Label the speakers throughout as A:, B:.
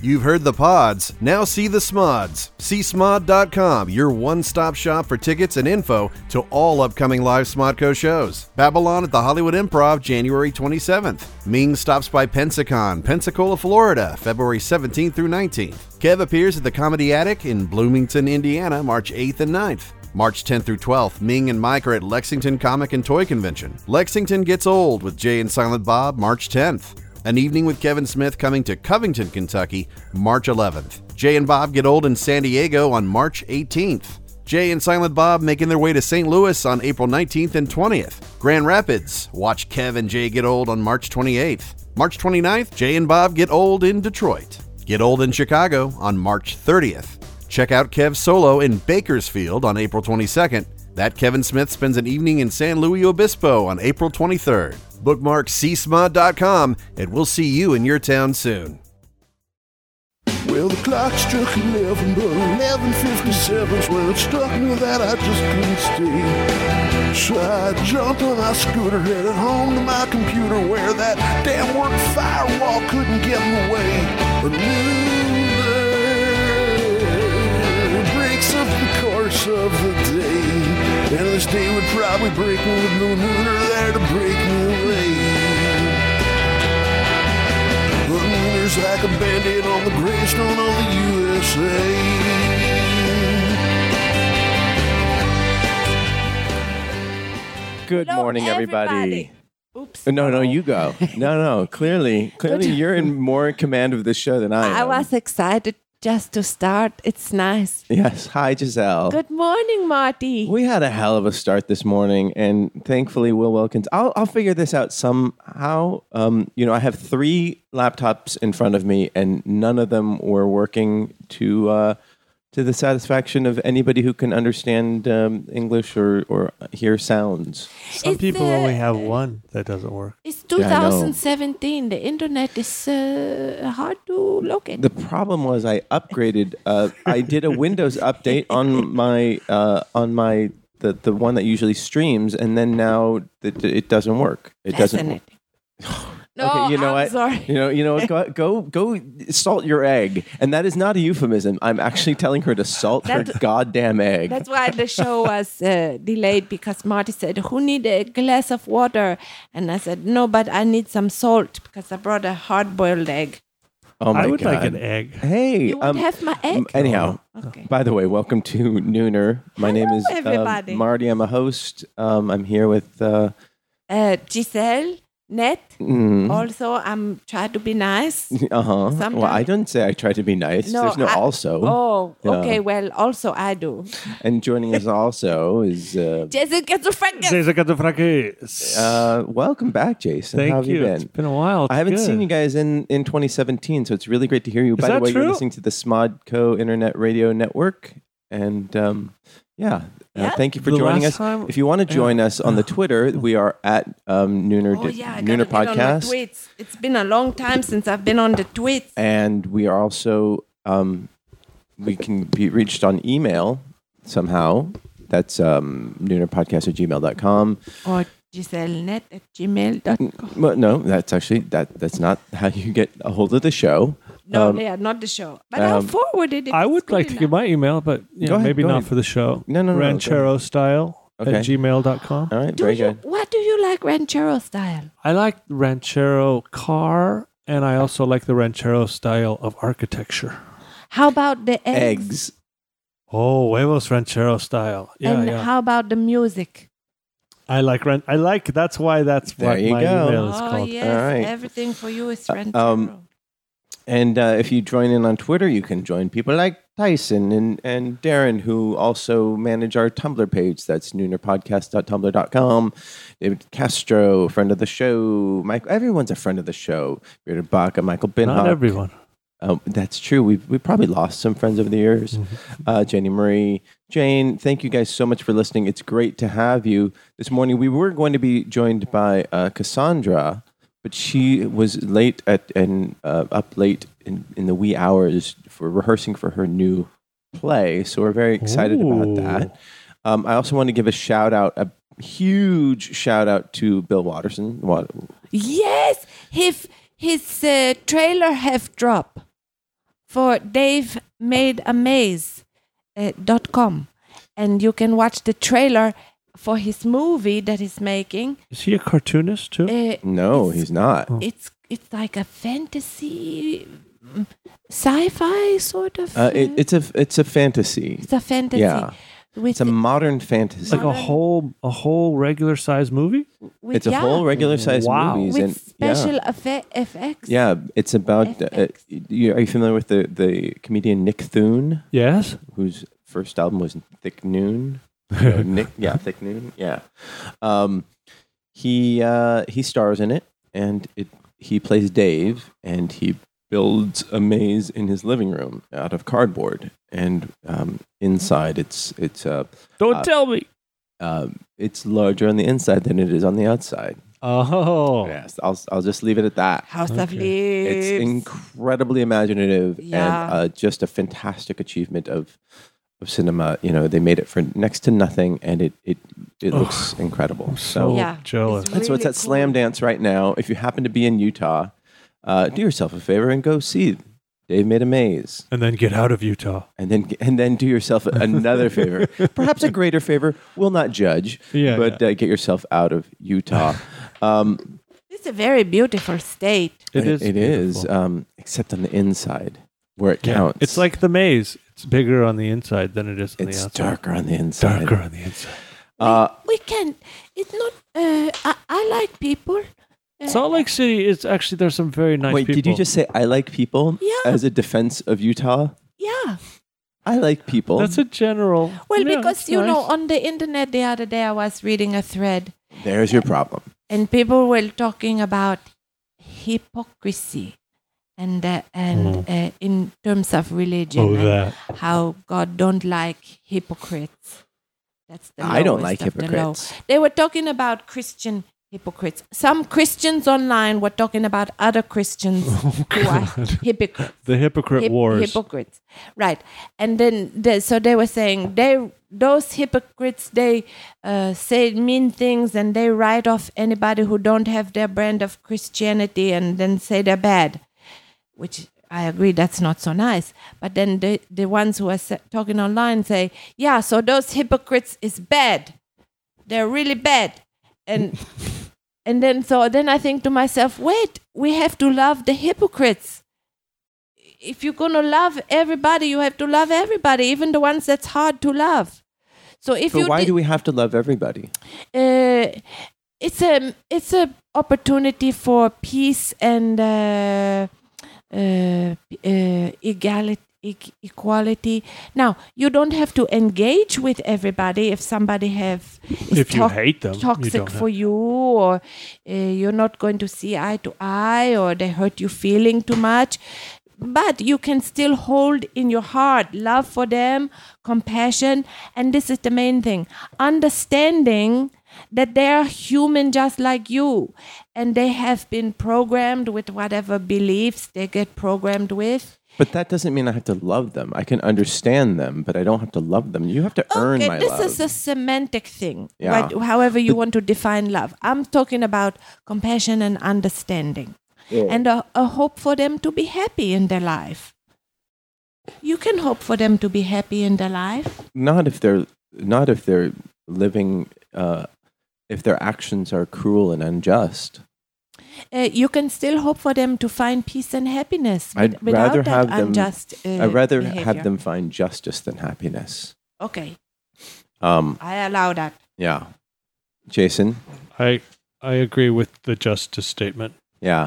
A: You've heard the pods. Now see the smods. See smod.com, your one stop shop for tickets and info to all upcoming live Smodco shows. Babylon at the Hollywood Improv, January 27th. Ming stops by Pensacon, Pensacola, Florida, February 17th through 19th. Kev appears at the Comedy Attic in Bloomington, Indiana, March 8th and 9th. March 10th through 12th, Ming and Mike are at Lexington Comic and Toy Convention. Lexington Gets Old with Jay and Silent Bob, March 10th. An Evening with Kevin Smith coming to Covington, Kentucky, March 11th. Jay and Bob Get Old in San Diego on March 18th. Jay and Silent Bob making their way to St. Louis on April 19th and 20th. Grand Rapids, watch Kev and Jay Get Old on March 28th. March 29th, Jay and Bob Get Old in Detroit. Get Old in Chicago on March 30th. Check out Kev Solo in Bakersfield on April 22nd. That Kevin Smith spends an evening in San Luis Obispo on April 23rd. Bookmark csmod.com and we'll see you in your town soon.
B: Well, the clock struck 11, but 11.57's when it struck me that I just couldn't stay. So I jumped on my scooter, headed home to my computer where that damn work firewall couldn't get in the way. A new day breaks up the course of the day. And this day would probably break me with no nooner there to break me away. There's like a bandit on the gravestone of the USA.
C: Good
D: Hello,
C: morning, everybody.
D: Oops.
C: No, no, you go. No, no. Clearly, clearly,
D: Good.
C: you're in more command of this show than I am.
D: I was excited just to start. It's nice.
C: Yes. Hi, Giselle.
D: Good morning, Marty.
C: We had a hell of a start this morning, and thankfully, Will Wilkins. I'll, I'll figure this out somehow. Um, you know, I have three laptops in front of me, and none of them were working to uh, to the satisfaction of anybody who can understand um, English or, or hear sounds.
E: Some
D: It's,
E: people
D: uh,
E: only have one that doesn't work.
D: It's
C: I know.
D: 2017. the internet is uh, hard to locate.
C: The problem was I upgraded. Uh, I did a Windows update on my uh, on my the, the one that usually streams, and then now it, it doesn't work. It doesn't. work.
D: Fascinating. no,
C: okay, you know
D: I'm
C: what?
D: sorry.
C: You know, you know what? Go, go, go, salt your egg, and that is not a euphemism. I'm actually telling her to salt her
D: That-
C: goddamn egg.
D: That's why the show was uh, delayed because Marty said, "Who need a glass of water?" And I said, "No, but I need some salt because I brought a hard-boiled egg."
C: oh my
E: I would
C: god!
E: like an egg.
C: Hey,
D: You would
C: um,
D: have my egg.
C: m- anyhow,
D: Okay.
C: by the way, welcome to Nooner. My name is um,
D: everybody.
C: Marty. I'm a host. Um, I'm here with. Uh,
D: Uh, Giselle, Net.
C: mm,
D: Also, I'm trying to be nice.
C: Uh huh. Well,
D: Sometimes-
C: I don't say I try to be nice. There's no
D: I-
C: also.
D: Oh,
C: Yeah.
D: okay. Well, also I do.
C: And joining us also is uh,
D: Jessica Zufrakis.
E: Cesar Katafrakis.
C: uh, welcome back, Jason.
E: Thank
C: How have
E: you.
C: you,
E: It's
C: been?
E: been a while.
C: I haven't
E: It's
C: seen
E: good.
C: you guys in, in 2017, so it's really great to hear you. By the
E: that
C: way, you're
E: true?
C: listening to the Smodco Internet Radio Network, and um, yeah, uh,
D: Yeah?
C: thank you for
E: The
C: joining
E: last
C: us.
E: time-
C: if you want to join us on the Twitter, we are at um, Nooner
D: Oh
C: Di-
D: yeah, I gotta
C: Nooner
D: get on my
C: Podcast.
D: tweets. It's been a long time since I've been on the tweets.
C: and we are also um, we can be reached on email somehow that's um, noonerpodcast at gmail.com
D: Or Giselle Net Oh, at
C: Mm,
D: gmail.com.
C: well, no that's actually that that's not how you get a hold of the show
D: No,
C: Um,
D: yeah, not the show. But I'll
C: um,
D: forward it. if
E: I
D: it's
E: would
D: good
E: like to
D: enough.
E: give my email, but you
C: Go
E: know,
C: ahead,
E: maybe
C: go
E: not
C: ahead.
E: for the show.
C: No, no, no, go
E: Ranchero style
C: Okay. Uh,
E: at gmail.com.
C: all right
D: Do
C: very
D: you,
C: good
D: What do you like ranchero style?
E: I like ranchero car, and I also like the ranchero style of architecture.
D: How about the eggs?
C: eggs
E: Oh, huevos ranchero style. Yeah,
D: and
E: yeah.
D: how about the music?
E: I like ran- I like. That's why. That's
C: There
E: what
C: you
E: my
C: go.
E: email is
D: oh
E: called.
D: yes,
C: All right.
D: everything for you is
C: Uh,
D: ranchero.
C: um, and uh, if you join in on twitter you can join people like tyson and, and darren who also manage our tumblr page that's noonerpodcast.tumblr.com david castro friend of the show mike everyone's a friend of the show Bearded Baca, michael
E: Not
C: binhoff
E: everyone.
C: Um, that's true. We've we probably lost some friends over the years. Uh, Jenny Marie, Jane, thank you guys so much for listening. It's great to have you this morning. We were going to be joined by uh, Cassandra, but she was late at and uh, up late in, in the wee hours for rehearsing for her new play. So we're very excited about
E: Ooh.
C: that. Um, I also want to give a shout out, a huge shout out to Bill Watterson. Wa-
D: Yes, his his uh, trailer have dropped. for Dave Made a Maze uh, dot com, and you can watch the trailer for his movie that he's making.
E: Is he a cartoonist
C: Hmm?
E: too?
D: Uh,
C: No,
D: It's-
C: he's not.
D: it's it's like a fantasy, mm, sci-fi sort of.
C: Uh, it, it's a it's a fantasy.
D: it's a fantasy.
C: Yeah,
D: with
C: it's a modern fantasy.
E: like a whole a whole regular size movie.
D: with,
C: It's a
D: yeah,
C: whole regular sized
E: Wow.
C: movies
D: with
C: and
D: special
C: yeah.
D: effe- effects.
C: Yeah, it's about. Uh,
D: FX.
C: you, are you familiar with the, the comedian Nick Thune,
E: Yes.
C: whose first album was Thick Noon? No, Nick, yeah, Thick Noon, yeah. Um, he uh, he stars in it, and it he plays Dave, and he builds a maze in his living room out of cardboard, and um, inside it's it's uh,
E: Don't
C: Uh,
E: tell me.
C: um, it's larger on the inside than it is on the outside.
E: Oh.
C: Yes, I'll I'll just leave it at that.
D: House of
E: Okay.
D: Leaves.
C: It's incredibly imaginative
D: Yeah.
C: and uh, just a fantastic achievement of of cinema. You know, they made it for next to nothing, and it it, it
E: Ugh.
C: looks incredible.
E: So
C: So
D: Oh, Yeah.
E: jealous.
D: It's
C: and so it's
D: really
C: at Slam
D: cool.
C: Dance right now. If you happen to be in Utah, uh, do yourself a favor and go see Dave Made a Maze,
E: And then get out of Utah.
C: and then and then do yourself another favor, perhaps a greater favor. We'll not judge,
E: Yeah,
C: but Uh, get yourself out of Utah. Um,
D: It's a very beautiful state.
E: It is.
C: It is,
E: beautiful.
C: um, except on the inside where it
E: Yeah.
C: counts.
E: It's like the maze. It's bigger on the inside than it is on
C: It's
E: the outside.
C: darker on the inside.
E: Darker on the inside.
C: Uh,
D: We can. It's not. Uh, I, I like people. Uh,
E: Salt Lake City is actually there's some very nice
C: wait,
E: people.
C: did you just say I like people
D: Yeah.
C: as a defense of Utah?
D: Yeah.
C: I like people.
E: That's a general.
D: Well,
E: Yeah,
D: because
E: it's
D: you know,
E: nice.
D: on the internet the other day, I was reading a thread,
C: There's your problem.
D: and people were talking about hypocrisy, and uh, and uh, in terms of religion,
E: Hmm. Oh,
D: and
E: that.
D: how God don't like hypocrites. That's the
C: I don't
D: lowest
C: like
D: of the low.
C: hypocrites.
D: They were talking about Christian hypocrites. Some Christians online were talking about other Christians
E: Oh,
D: who are hypocrites.
E: The hypocrite
D: uh, Hip-
E: wars.
D: Hypocrites, right? And then, the, so they were saying they those hypocrites they uh, say mean things and they write off anybody who don't have their brand of Christianity and then say they're bad, which I agree that's not so nice. But then the the ones who are sa- talking online say, yeah, so those hypocrites is bad, they're really bad, and. And then, so then I think to myself, wait, we have to love the hypocrites if you're gonna love everybody, you have to love everybody, even the ones that's hard to love. So if
C: But
D: you,
C: why
D: di-
C: do we have to love everybody?
D: uh, it's a it's a opportunity for peace and uh, uh, uh, egali- eq- equality. Now you don't have to engage with everybody if somebody have is
E: If you
D: tox-
E: hate them, you
D: toxic
E: don't have-
D: for you, or uh, you're not going to see eye to eye, or they hurt you feeling too much. But you can still hold in your heart love for them, compassion, and this is the main thing understanding that they are human just like you and they have been programmed with whatever beliefs they get programmed with.
C: But that doesn't mean I have to love them. I can understand them, but I don't have to love them. You have to earn
D: okay,
C: my
D: Oh, this
C: love.
D: is a semantic thing,
C: Yeah.
D: right? However you want to define love. I'm talking about compassion and understanding, and a, a hope for them to be happy in their life. You can hope for them to be happy in their life.
C: not if they're not if they're living uh, if their actions are cruel and unjust.
D: Uh, you can still hope for them to find peace and happiness
C: I'd
D: with- without
C: rather
D: that
C: have them-
D: unjust. uh,
C: I'd rather
D: behavior.
C: have them find justice than happiness.
D: Okay,
C: Um,
D: I allow that.
C: yeah. Jason,
E: I I agree with the justice statement.
C: yeah.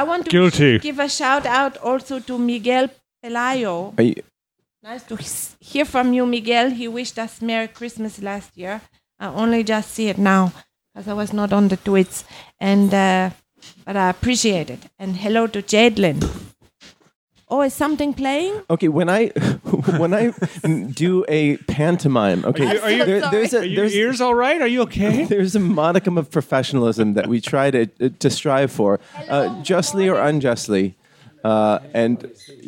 D: I want to
E: Guilty.
D: give a shout out also to Miguel Pelayo.
C: Are you,
D: Nice to s- hear from you, Miguel. He wished us Merry Christmas last year. I only just see it now because I was not on the tweets, and uh, but I appreciate it. And hello to Jadlin. Oh, is something playing?
C: Okay, when I when I do a pantomime, okay,
D: you- are you-
C: there- there's a
E: Are your
C: there's,
E: ears all right? Are you okay?
C: there's a modicum of professionalism that we try to to strive for, uh, justly or unjustly, uh, and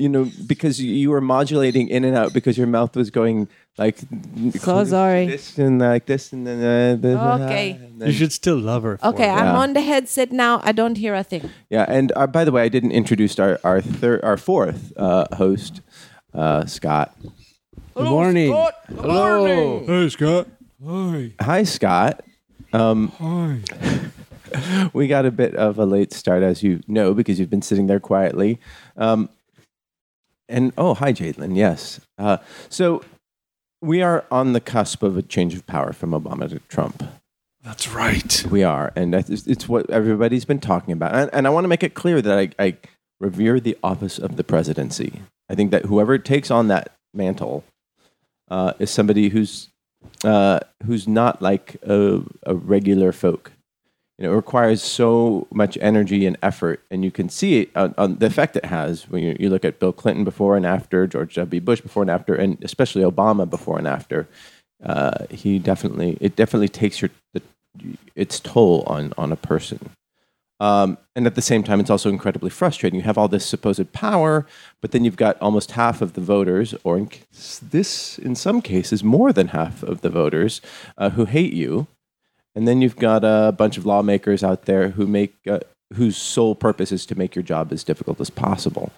C: you know because you were modulating in and out because your mouth was going Like
D: So sorry.
C: This and like this and then uh, this, uh,
D: Okay.
C: and then-
E: You should still love her. for
D: Okay,
E: it.
D: I'm
C: Yeah.
D: on the headset now. I don't hear a thing.
C: Yeah, and uh, by the way, I didn't introduce our our third our fourth uh, host, uh, Scott.
F: Good morning. Hello.
E: Hey, Scott.
C: Hi, Scott. Um, Hi. we got a bit of a late start, as you know, because you've been sitting there quietly. Um, and oh, hi, Jadlin. Yes. Uh, so we are on the cusp of a change of power from Obama to Trump.
E: That's right.
C: We are, and that's, it's- it's what everybody's been talking about. And, and I want to make it clear that I, I revere the office of the presidency. I think that whoever takes on that mantle uh, is somebody who's uh, who's not like a, a regular folk. You know, it requires so much energy and effort, and you can see it on, on the effect it has when you, you look at Bill Clinton before and after, George W. Bush before and after, and especially Obama before and after. Uh, he definitely, it definitely takes your the its toll on on a person. Um, and at the same time, it's also incredibly frustrating. You have all this supposed power, but then you've got almost half of the voters, or in c- this, in some cases, more than half of the voters uh, who hate you. And then you've got a bunch of lawmakers out there who make uh, whose sole purpose is to make your job as difficult as possible.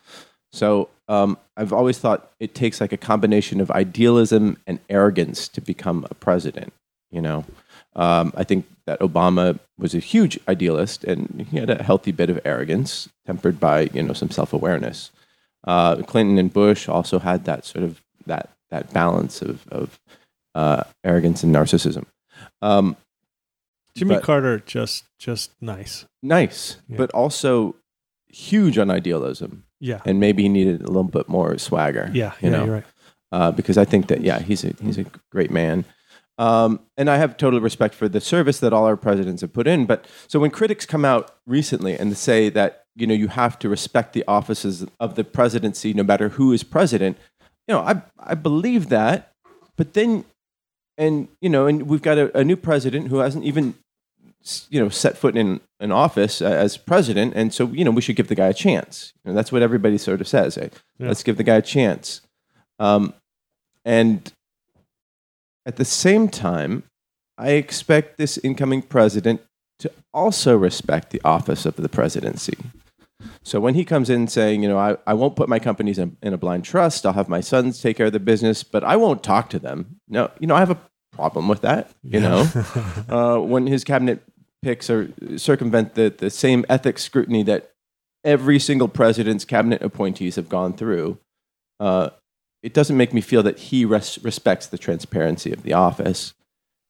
C: So um, I've always thought it takes like a combination of idealism and arrogance to become a president. You know, um, I think that Obama was a huge idealist, and he had a healthy bit of arrogance tempered by you know some self awareness. Uh, Clinton and Bush also had that sort of that that balance of, of uh, arrogance and narcissism. Um,
E: Jimmy
C: But-
E: Carter, just just nice.
C: nice,
E: Yeah.
C: but also huge on idealism,
E: Yeah.
C: and maybe he needed a little bit more swagger.
E: Yeah.
C: you
E: yeah,
C: know?
E: you're right.
C: uh, because I think that yeah, he's a he's a great man, um, and I have total respect for the service that all our presidents have put in. But so when critics come out recently and say that you know you have to respect the offices of the presidency, no matter who is president, you know I I believe that, but then and you know and we've got a, a new president who hasn't even s- you know set foot in an office uh, as president and so you know we should give the guy a chance You know, that's what everybody sort of says eh? let's give the guy a chance um, and at the same time, I expect this incoming president to also respect the office of the presidency. So when he comes in saying, you know, I, I won't put my companies in, in a blind trust, I'll have my sons take care of the business, but I won't talk to them. No, you know, I have a problem with that, you know. uh, when his cabinet picks or circumvent the, the same ethics scrutiny that every single president's cabinet appointees have gone through, uh, it doesn't make me feel that he res- respects the transparency of the office.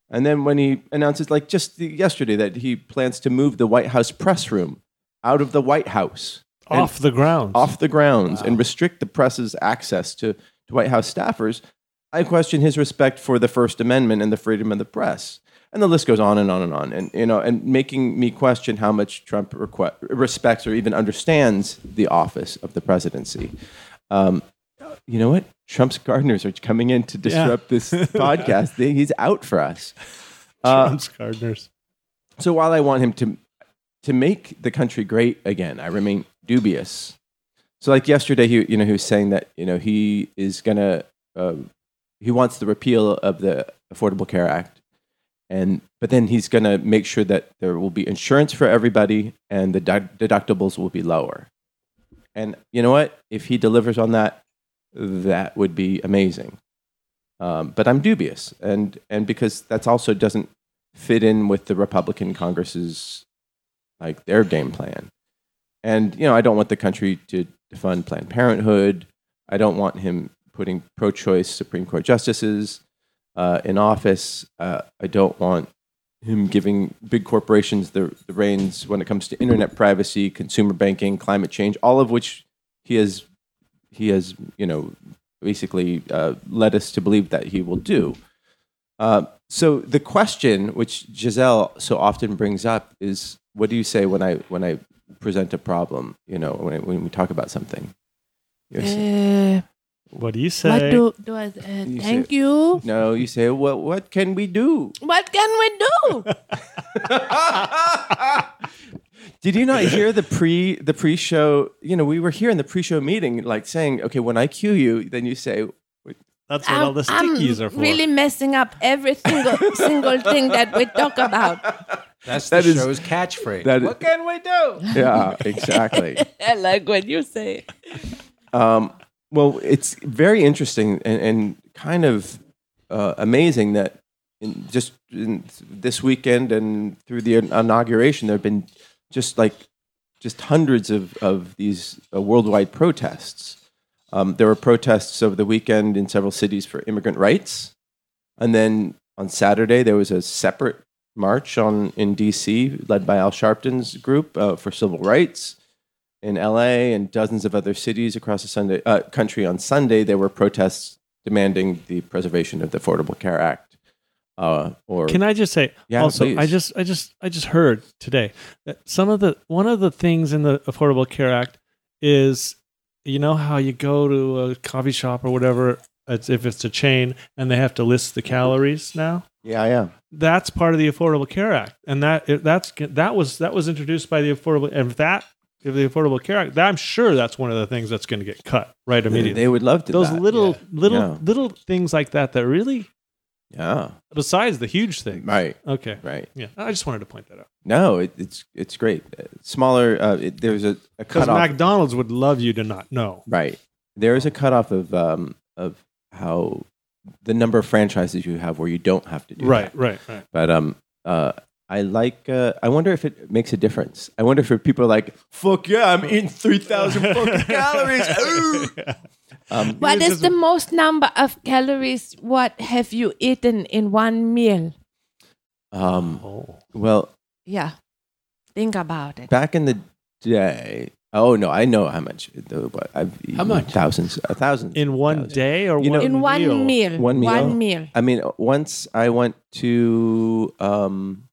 C: And then when he announces, like just the, yesterday, that he plans to move the White House press room out of the White House, and-
E: Off the ground.
C: off the grounds, and restrict the press's access to, to White House staffers, I question his respect for the First Amendment and the freedom of the press. And the list goes on and on and on, and you know, and making me question how much Trump requ- respects or even understands the office of the presidency Um, you know what? Trump's gardeners are coming in to disrupt this podcast. They- He's out for us.
E: Trump's gardeners.
C: So while I want him to to make the country great again, I remain dubious. So like yesterday, he you know he was saying that you know he is gonna um, he wants the repeal of the Affordable Care Act, and but then he's gonna make sure that there will be insurance for everybody and the de- deductibles will be lower. And you know what? If he delivers on that, that would be amazing. Um, but I'm dubious, and and because that's also doesn't fit in with the Republican Congress's like their game plan. And you know, I don't want the country to defund Planned Parenthood. I don't want him putting pro-choice Supreme Court justices uh, in office. Uh, I don't want him giving big corporations the, the reins when it comes to internet privacy, consumer banking, climate change, all of which he has he has you know basically uh, led us to believe that he will do. Uh, so the question, which Giselle so often brings up, is what do you say when I when I present a problem? You know, when, I, when we talk about something. You say-
D: Uh,
E: What do you say?
D: what do, do I, uh, thank you.
C: no, you say, well, what can we do?
D: What can we do?
C: Did you not hear the pre the pre show? You know, we were here in the pre show meeting, like saying, okay, when I cue you, then you say,
E: That's what all the
D: I'm
E: stickies are for.
D: really messing up every single single thing that we talk about.
F: That's
C: That
F: the
C: is-
F: show's catchphrase.
C: that-
F: what can we do?
C: yeah, exactly. Um,
D: I like what you say.
C: Well, it's very interesting and, and kind of uh, amazing that in just in this weekend and through the inauguration, there have been just like just hundreds of, of these uh, worldwide protests. Um, there were protests over the weekend in several cities for immigrant rights. And then on Saturday, there was a separate march on, in DC led by Al Sharpton's group uh, for civil rights in LA and dozens of other cities across the Sunday, uh, country on Sunday, there were protests demanding the preservation of the Affordable Care Act. Uh, or
E: Can I just say
C: Yeah,
E: also I
C: please.
E: just I just I just heard today that some of the one of the things in the Affordable Care Act is you know how you go to a coffee shop or whatever it's, if it's a chain and they have to list the calories now
C: yeah, yeah,
E: that's part of the Affordable Care Act and that it- that's that was that was introduced by the Affordable and if that if the Affordable Care Act that, I'm sure that's one of the things that's going to get cut right
C: they,
E: immediately
C: they would love to.
E: those
C: that.
E: little little
C: Yeah.
E: little things like that that really
C: yeah,
E: besides the huge
C: Yeah.
E: thing
C: right,
E: okay
C: right.
E: yeah, I just wanted to point that out
C: No, it, it's it's great. Uh, Smaller. Uh, it, there's a, a
E: because
C: cutoff.
E: McDonald's would love you to not know.
C: right, there is a cutoff of um, of how the number of franchises you have where you don't have to do that.
E: Right, right, right.
C: But um, uh, I like. Uh, I wonder if it makes a difference. I wonder if people are like, "Fuck yeah, I'm eating three thousand fucking calories." Ooh. Um,
D: What is the most number of calories? What have you eaten in one meal?
C: um,
E: Oh.
C: well,
D: Yeah, think about it.
C: back in the day. Oh no, I know how much. it- uh, what I've eaten
F: much?
C: Thousands, uh, thousands
E: In one
C: thousands.
E: day or
C: You know-
E: one
D: In one
E: meal?
D: meal.
C: One meal?
D: One meal.
C: I mean, once I went to, um,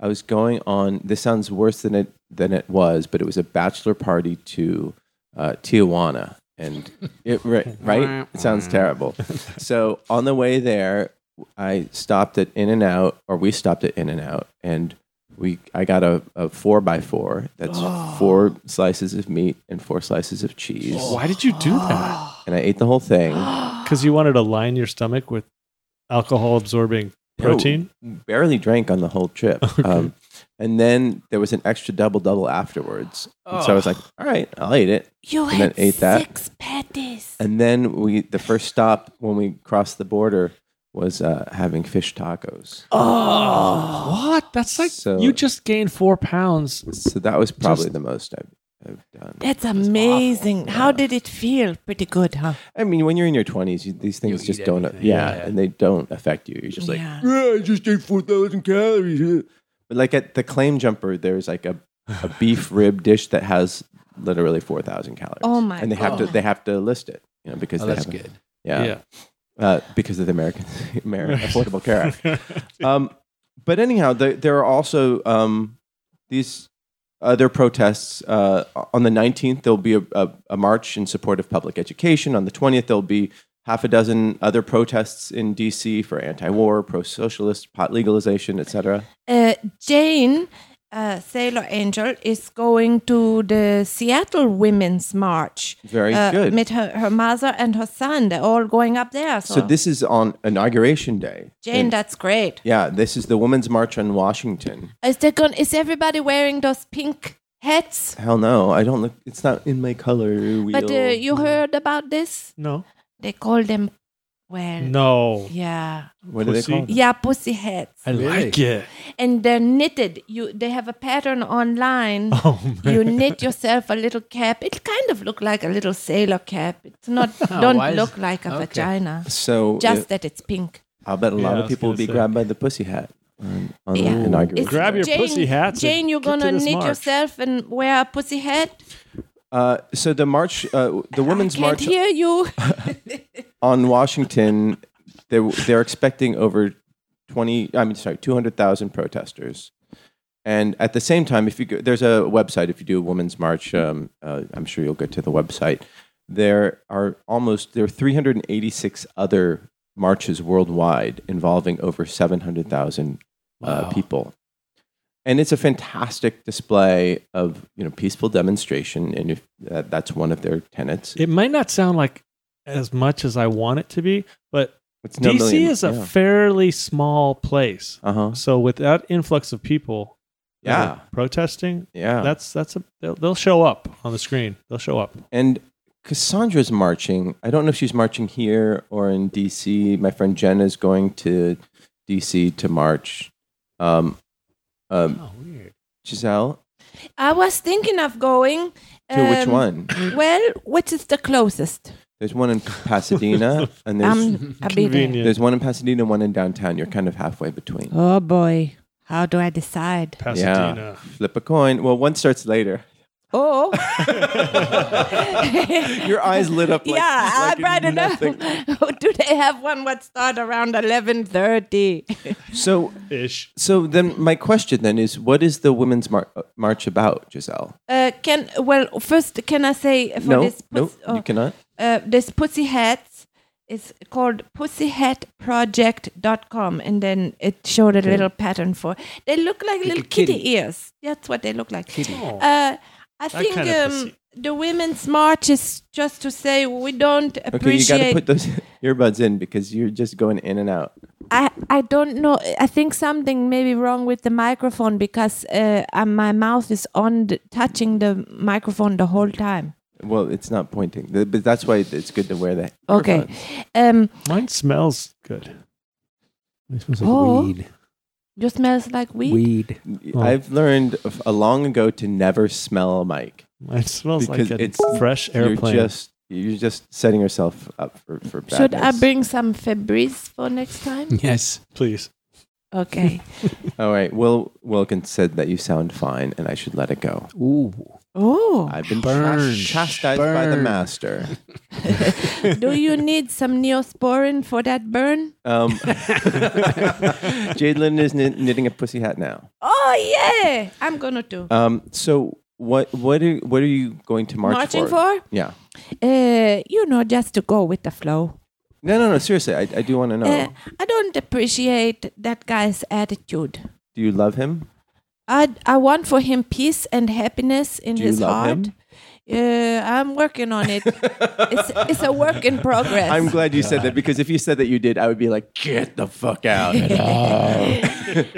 C: I was going on. This sounds worse than it than it was, but it was a bachelor party to uh, Tijuana, and it right, right? It sounds terrible. So on the way there, I stopped at In and Out, or we stopped at In and Out, and we I got a, a four by four. That's four slices of meat and four slices of cheese,
E: Why did you do that?
C: and I ate the whole thing.
E: Because you wanted to line your stomach with alcohol absorbing protein.
C: Oh, barely drank on the whole trip. Um, and then there was an extra double double afterwards. And so I was like,
F: Oh.
C: all right, I'll eat it.
D: You
C: And then
D: had
C: ate that.
D: six patties.
C: And then we, the first stop when we crossed the border was uh, having fish tacos.
E: What? That's like
C: Oh. So-
E: you just gained four pounds.
C: So that was probably
E: Just-
C: the most I've, I've done.
D: That's amazing. How did it feel? Pretty good, huh?
C: I mean, when you're in your 20s, you, these things
F: You
C: just
F: eat
C: don't,
F: anything.
C: yeah,
F: Yeah, yeah.
C: and they don't affect you. You're just like,
D: Yeah.
C: yeah, I just ate 4,000 calories. yeah." But like at the claim jumper, there's like a, a beef rib dish that has literally 4,000 calories.
D: Oh my
C: And they have to,
D: God.
C: they have to list it, you know, because
F: Oh,
C: they
F: that's
C: have a-
F: good.
C: Yeah. Uh, because of the American, American Affordable Care Act.
E: yeah.
C: Um, but anyhow, the, there are also um, these other protests. Uh, on the 19th, there'll be a, a, a march in support of public education. On the 20th, there'll be half a dozen other protests in D.C. for anti-war, pro-socialist, pot legalization, etc.
D: Uh, Jane, uh, Sailor Angel, is going to the Seattle Women's March.
C: Very
D: Uh,
C: good.
D: With her, her mother and her son. They're all going up there. So,
C: so this is on inauguration day.
D: Jane,
C: And-
D: that's great.
C: yeah, this is the Women's March on Washington.
D: Is, there gon- is everybody wearing those pink hats?
C: Hell no, I don't look. It's not in my color wheel.
D: But uh, you heard about this?
E: No.
D: They call them, well,
E: No.
D: yeah.
C: what do they
E: Pussy.
C: call? them?
D: Yeah, pussy hats.
E: I
F: Really?
E: like it.
D: And they're knitted. You, They have a pattern online.
E: Oh man.
D: you knit yourself a little cap. It kind of look like a little sailor cap. It's not
F: why
E: Oh,
D: don't
F: is-
D: look like a
F: okay.
D: vagina.
C: So
D: Just
C: uh,
D: that it's pink.
C: I'll bet a
E: Yeah,
C: lot
E: I
C: of
E: was
C: people will be
E: gonna say.
C: grabbed by the pussy hat on, on
D: Yeah.
C: the
D: Ooh.
C: inaugural.
D: It's-
E: Grab your pussy hats and
D: Jane, you're
E: get to
D: gonna
E: this
D: knit
E: march.
D: yourself and wear a pussy hat.
C: Uh, so the march, uh, the women's
D: Can't
C: march
D: hear you.
C: on Washington, they're they're expecting over twenty. I mean, sorry, two hundred thousand protesters. And at the same time, if you go, there's a website. If you do a women's march, um, uh, I'm sure you'll get to the website. There are almost there are 386 other marches worldwide involving over 700,000 uh, people, and it's a fantastic display of you know peaceful demonstration. And if, uh, that's one of their tenets.
E: It might not sound like as much as I want it to be, but
C: It's no
E: DC
C: million.
E: is a
C: yeah.
E: fairly small place.
C: uh huh.
E: So with that influx of people that
C: Yeah,
E: are protesting,
C: yeah.
E: that's that's a they'll, they'll show up on the screen. They'll show up.
C: And Cassandra's marching. I don't know if she's marching here or in DC. My friend Jen is going to DC to march. Um, um,
E: Oh, weird.
C: Giselle,
D: I was thinking of going.
C: to which
D: um,
C: one?
D: Well, which is the closest?
C: There's one in Pasadena, and there's
D: Um, I'll be there.
E: Convenient.
C: there's one in Pasadena, one in downtown. You're kind of halfway between.
D: Oh boy, how do I decide?
E: Pasadena.
C: Flip a coin. Well, one starts later.
D: Oh,
C: Your eyes lit up. Like,
D: yeah,
C: like
D: I right enough.
C: nothing.
D: do they have one what start around eleven thirty?
C: So,
E: Ish.
C: so then my question then is, what is the women's mar- uh, march about, Giselle?
D: Uh, can well first can I say for
C: no,
D: this
C: no,
D: puss- oh,
C: you cannot.
D: uh, this pussy hats is called pussyhatproject.com and then it showed a little pattern for they look like little kitty, ears that's what they look like
C: Oh.
E: Oh,
D: uh, i think
E: kind of
D: um,
E: pussy.
D: the women's march is just to say we don't
C: Okay, you got to
D: appreciate
C: put those earbuds in because you're just going in and out.
D: I, I don't know. I think something may be wrong with the microphone because uh, uh, my mouth is on the, touching the microphone the whole time.
C: Well, it's not pointing, th- but that's why it's good to wear that.
D: Okay. Um,
E: Mine smells good.
G: It smells
D: Oh.
G: like weed.
D: you smells like weed.
G: Weed.
E: Oh.
C: I've learned of- a long ago to never smell a mic.
E: Mine smells
C: Because
E: like a
C: it's-
E: fresh airplane.
C: You're just you're just setting yourself up for for badness.
D: Should I bring some Febreze for next time?
G: Yes.
E: Please.
D: Okay.
C: All right. Will Wilkins said that you sound fine, and I should let it go.
G: Ooh.
D: Oh,
C: I've been
G: Burn.
C: chas- chastised by the
G: Burn.
C: master.
D: do you need some neosporin for that burn?
C: Um, Jade Lynn is knit- knitting a pussy hat now.
D: Oh yeah, I'm gonna do.
C: Um, so what what are what are you going to march
D: Marching
C: for?
D: for?
C: Yeah.
D: Uh, you know, just to go with the flow.
C: No, no, no. Seriously, I, I do want to know.
D: Uh, I don't appreciate that guy's attitude.
C: do you love him?
D: I I want for him peace and happiness in
C: Do you
D: his
C: love
D: heart.
C: him?
D: Uh, I'm working on it. it's it's a work in progress.
C: I'm glad you said that because if you said that you did, I would be like, get the fuck out.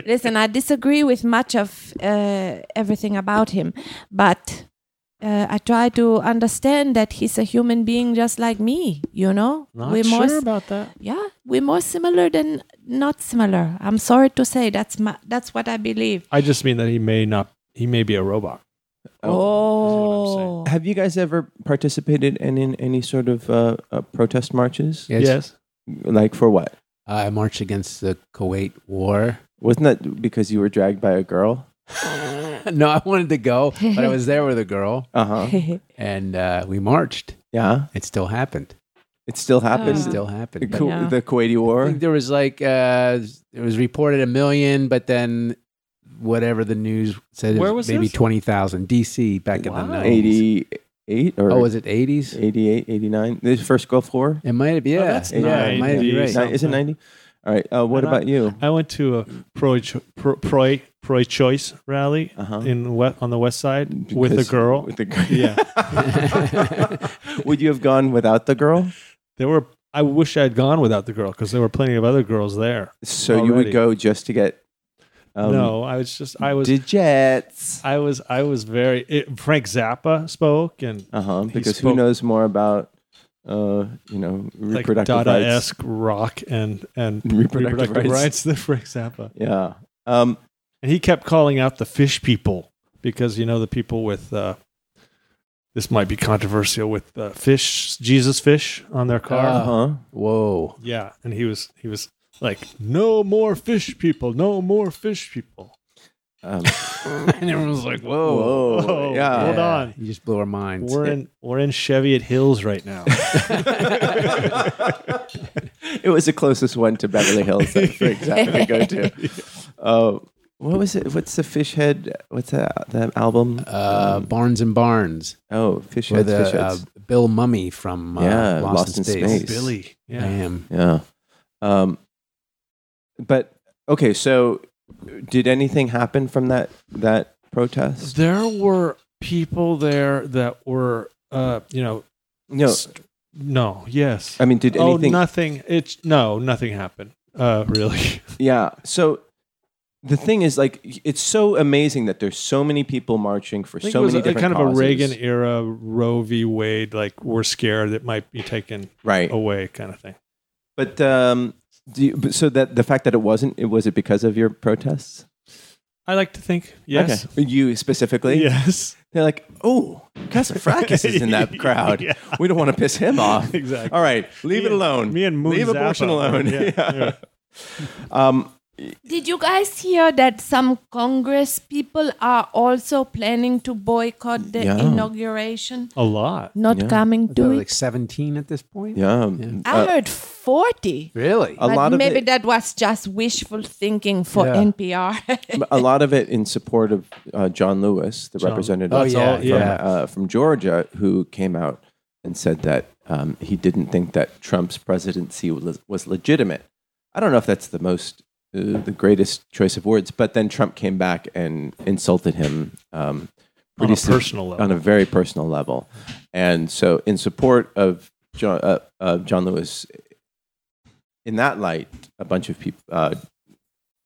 D: Listen, I disagree with much of uh, everything about him, but uh, I try to understand that he's a human being just like me. You know,
E: Not
D: we're
E: sure
D: more s-
E: about that.
D: yeah, we're more similar than not similar. I'm sorry to say that's my, that's what I believe.
E: I just mean that he may not. He may be a robot.
D: Oh,
C: Have you guys ever participated in, in any sort of uh, uh, protest marches?
G: Yes. Uh,
C: Like for what?
G: I marched against the Kuwait war.
C: Wasn't that because you were dragged by a girl?
G: no, I wanted to go, but I was there with a girl,
C: Uh
D: Oh.
C: huh.
G: and uh, we marched.
C: Yeah.
G: It still happened.
C: It still
G: It
C: happens.
D: Uh.
G: still
C: the,
G: happened.
C: Ku-
D: Yeah.
C: the Kuwaiti
G: I
C: war.
G: think there was like uh, it was reported a million, but then whatever the news said, it
E: Where was
G: maybe
E: this?
G: twenty thousand DC back in
E: Wow.
G: the 90s.
C: 88 or
G: Oh, was it eighties?
C: 88, 89? The first Gulf War?
G: It might have. Yeah,
E: Oh, that's
G: yeah, it might
E: ninety.
G: be right.
E: Nice.
C: Ni- Is it 90? All right. Uh, what
E: And I-
C: about you?
E: I went to a pro cho- pro pro, pro choice rally
C: Uh-huh.
E: in we- on the west side with a
C: Because-
E: girl.
C: With a girl.
E: yeah,
C: Would you have gone without the girl?
E: there were. I wish I'd gone without the girl because there were plenty of other girls there.
C: So you would
E: Already.
C: go just to get um,
E: no, I was just. I was.
C: the jets.
E: I was. I was very. It, Frank Zappa spoke and
C: Uh huh. Because who
E: spoke-
C: knows more about uh you know
E: like
C: reproductive
E: Dada
C: rights?
E: esque rock and and
C: Reproductive
E: reproductive
C: rights.
E: rights than Frank Zappa.
C: Yeah. Um.
E: And he kept calling out the fish people because you know the people with uh, this might be controversial with uh, fish Jesus fish on their car.
G: Uh.
C: Uh huh.
G: Whoa.
E: Yeah, and he was he was like, "No more fish people, no more fish people."
C: Um,
G: and everyone's like, "Whoa!"
C: whoa.
E: whoa,
C: Yeah.
E: Hold on.
G: You just blew our minds.
E: We're in we're in Cheviot Hills right now.
C: it was the closest one to Beverly Hills that Frank Zappa could go to. Uh, what was it? What's the fish head? What's that that album? Um,
G: uh, Barnes and Barnes
C: oh, fish
G: with
C: heads.
G: uh,
C: fish
G: uh,
C: heads.
G: Bill Mummy from uh,
C: Yeah,
G: Lost, in Space.
E: Billy. Yeah.
G: Damn.
C: Yeah. Um, but okay, so did anything happen from that that protest?
E: There were people there that were uh, you know,
C: No,
E: st- No. Yes.
C: I mean, did
E: oh,
C: anything?
E: nothing. It's no, nothing happened. Uh, really.
C: yeah. So the thing is, like, it's so amazing that there's so many people marching for
E: I think
C: so
E: it was
C: many
E: a-
C: different
E: kind of a
C: causes.
E: Reagan era Roe v. Wade, like we're scared it might be taken
C: right?
E: away kind of thing.
C: But um, do you, but so that the fact that it wasn't, it was it because of your protests?
E: I like to think yes,
C: Okay. You specifically?
E: yes,
C: They're like, oh, Casafrakis is in that crowd.
E: Yeah.
C: We don't want to piss him off.
E: exactly.
C: All right, leave
E: Me
C: it
E: and-
C: alone.
E: me and Moon
C: leave abortion
E: Zappa.
C: alone.
E: Yeah,
C: Yeah. um,
D: Did you guys hear that some Congress people are also planning to boycott the
C: Yeah.
D: inauguration?
E: A lot.
D: Not
C: Yeah.
D: coming
G: They're
D: to
G: like
D: it.
G: 17 at this point. Oh.
C: yeah.
D: I
C: Uh,
D: heard 40.
G: Really?
C: a
D: but
C: lot of
D: maybe
C: it-
D: that was just wishful thinking for
G: Yeah.
D: NPR.
C: a lot of it in support of uh, John Lewis, the
E: John.
C: representative
G: Oh, yeah,
C: from,
E: yeah.
C: uh, from Georgia, who came out and said that um, he didn't think that Trump's presidency was, was legitimate. I don't know if that's the most, uh, the greatest choice of words, but then Trump came back and insulted him um,
E: On
C: pretty
E: a
C: sev-
E: personal level.
C: on a very personal level. And so, in support of John, uh, uh, John Lewis, in that light, a bunch of people, uh,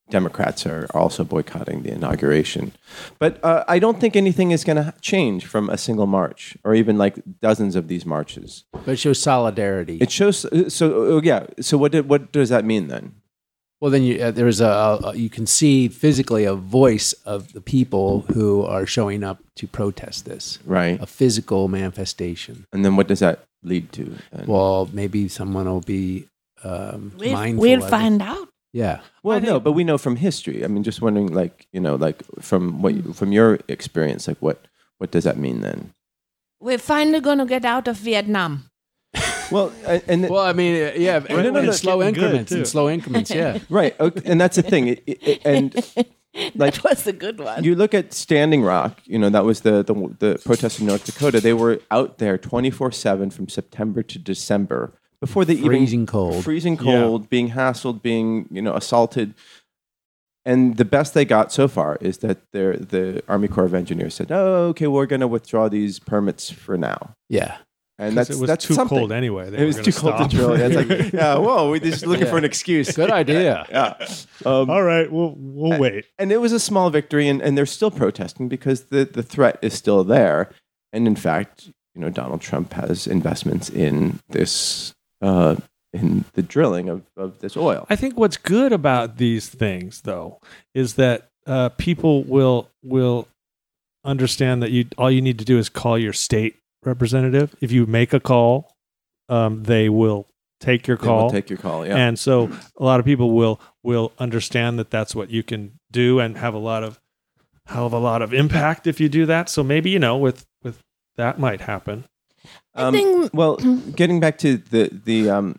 C: Democrats are also boycotting the inauguration. But uh, I don't think anything is going to change from a single march or even like dozens of these marches.
G: But it shows solidarity.
C: It shows. So uh, yeah. So what did, what does that mean then?
G: Well, then you, uh, there's a, a you can see physically a voice of the people who are showing up to protest this,
C: Right.
G: a physical manifestation.
C: And then what does that lead to? then?
G: Well, maybe someone will be um,
D: we'll
G: mindful.
D: we'll
G: of it.
D: find out.
G: Yeah,
C: Well, no, but we know from history. I mean, just wondering, like you know, like from what you, from your experience, like what what does that mean then?
D: We're finally going to get out of Vietnam.
C: Well, a- and
G: Well, I mean, uh, yeah,
E: no,
G: in,
E: no, no,
G: slow
E: getting good,
G: increments, in
E: too.
G: slow increments, yeah.
C: right, okay, and that's the thing. It, it- it- and like
D: that was a good one.
C: you look at Standing Rock, you know, that was the the, the protest in North Dakota. They were out there twenty four seven from September to December before they even
G: Freezing cold.
C: freezing
E: Yeah.
C: cold, being hassled, being you know assaulted. And the best they got so far is that their the Army Corps of Engineers said, "Oh, okay, we're going to withdraw these permits for now."
G: yeah,
C: And
E: 'Cause
C: that's
E: it was
C: that's
E: too
C: something.
E: cold anyway. They
C: It
E: were
C: was
E: gonna
C: too cold
E: stop.
C: to drill. Yeah, it's like, yeah, whoa, we're just looking for an excuse.
G: good idea.
C: Yeah. Um,
E: All right, we'll we'll wait.
C: and it was a small victory, and, and they're still protesting because the, the threat is still there. And in fact, you know, Donald Trump has investments in this, uh, in the drilling of, of this oil.
E: I think what's good about these things, though, is that uh, people will will understand that you all you need to do is call your state representative. If you make a call, um, they will take your
C: They will
E: call,
C: Take your call. Yeah.
E: and so a lot of people will will understand that that's what you can do and have a lot of hell of a lot of impact if you do that. So maybe you know with with that might happen.
D: I think-
C: Um, well, getting back to the the um,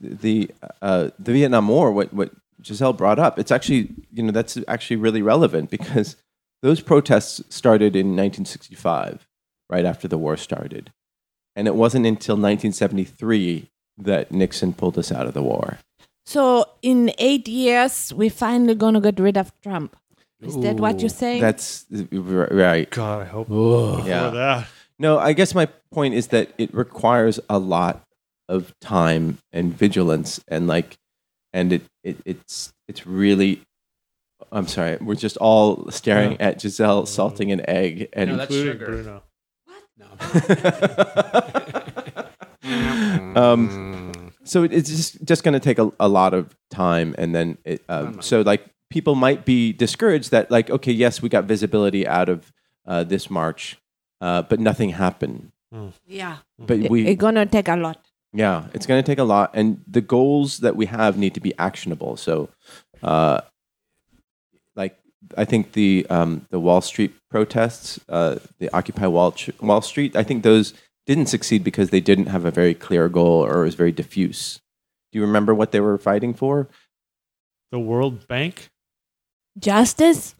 C: the uh, the Vietnam War, what what Giselle brought up, it's actually you know that's actually really relevant because those protests started in 1965, right after the war started, and it wasn't until 1973 that Nixon pulled us out of the war.
D: so in eight years, we're finally going to get rid of Trump. Is that what you're saying?
C: That's right.
E: God, I hope
G: Ugh.
C: Yeah.
E: for that.
C: No, I guess my point is that it requires a lot of time and vigilance and like and it, it it's it's really I'm sorry, we're just all staring at Giselle salting an egg and
G: No, that's
E: Including
G: sugar.
E: Bruno.
C: um, so it, it's just just going to take a, a lot of time, and then it, um, so like people might be discouraged that like okay, yes, we got visibility out of uh, this march, uh, but nothing happened.
D: yeah.
C: But we
D: it's going to take a lot.
C: yeah, it's going to take a lot, and the goals that we have need to be actionable. So, uh, like I think the um, the Wall Street protests, uh, the Occupy Wall Ch- Wall Street, I think those didn't succeed because they didn't have a very clear goal or it was very diffuse. Do you remember what they were fighting for?
E: The World Bank.
D: Justice?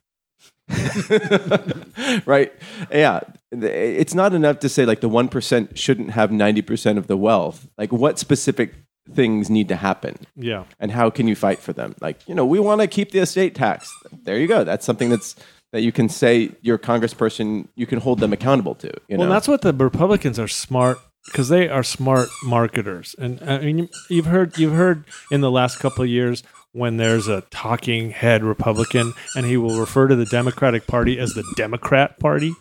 C: right? Yeah, The- it's not enough to say like the one percent shouldn't have ninety percent of the wealth. Like, what specific things need to happen?
E: Yeah.
C: and how can you fight for them? Like, you know, we want to keep the estate tax. There you go. That's something that's that you can say your congressperson, you can hold them accountable to. You know,
E: Well, that's what the Republicans are smart because they are smart marketers. And I mean, you've heard you've heard in the last couple of years when there's a talking head Republican, and he will refer to the Democratic Party as the Democrat Party,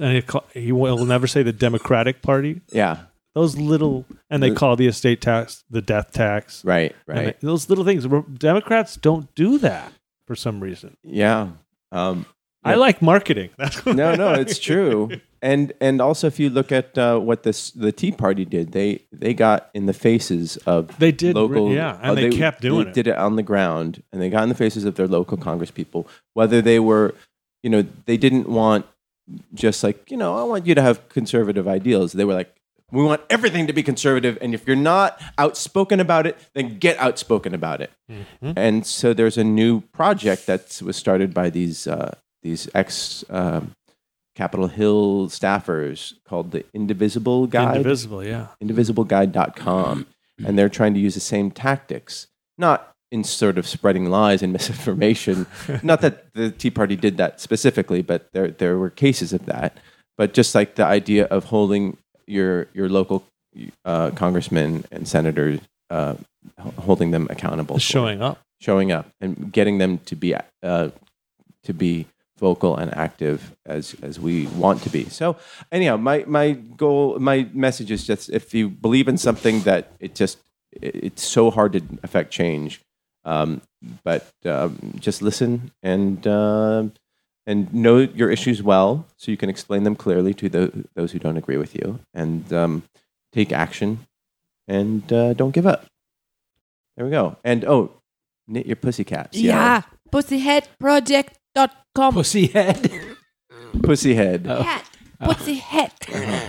E: and he call, he will never say the Democratic Party.
C: Yeah.
E: Those little and they call the estate tax the death tax.
C: Right.
E: And
C: Right.
E: those little things. Re- Democrats don't do that for some reason.
C: Yeah. Um,
E: I like marketing. That's what
C: no,
E: I
C: no,
E: like.
C: it's true. And and also, if you look at uh, what this the Tea Party did, they they got in the faces of
E: They did, re-
C: local, oh,
E: yeah, and they kept doing
C: they
E: it.
C: Did it on the ground, and they got in the faces of their local Congress people. Whether they were, you know, they didn't want just like you know, I want you to have conservative ideals. They were like, we want everything to be conservative, and if you're not outspoken about it, then get outspoken about it. And so there's a new project that was started by these uh, these ex um, Capitol Hill staffers called the Indivisible Guide,
E: Indivisible, yeah.
C: indivisibleguide.com, and they're trying to use the same tactics, not in sort of spreading lies and misinformation. not that the Tea Party did that specifically, but there there were cases of that. But just like the idea of holding your your local uh, congressmen and senators, uh, h- holding them accountable, for it
E: Showing up.
C: showing up and getting them to be uh, to be vocal and active as as we want to be. So anyhow, my my goal, my message is just if you believe in something that it just it- it's so hard to affect change, um, but um, just listen and. um and know your issues well, so you can explain them clearly to tho- those who don't agree with you, and um, take action, and uh, don't give up. There we go. And oh, knit your pussy caps.
D: Yeah. Pussyheadproject.com.
G: Pussy head.
C: Pussy head.
D: Hat. Pussyhead.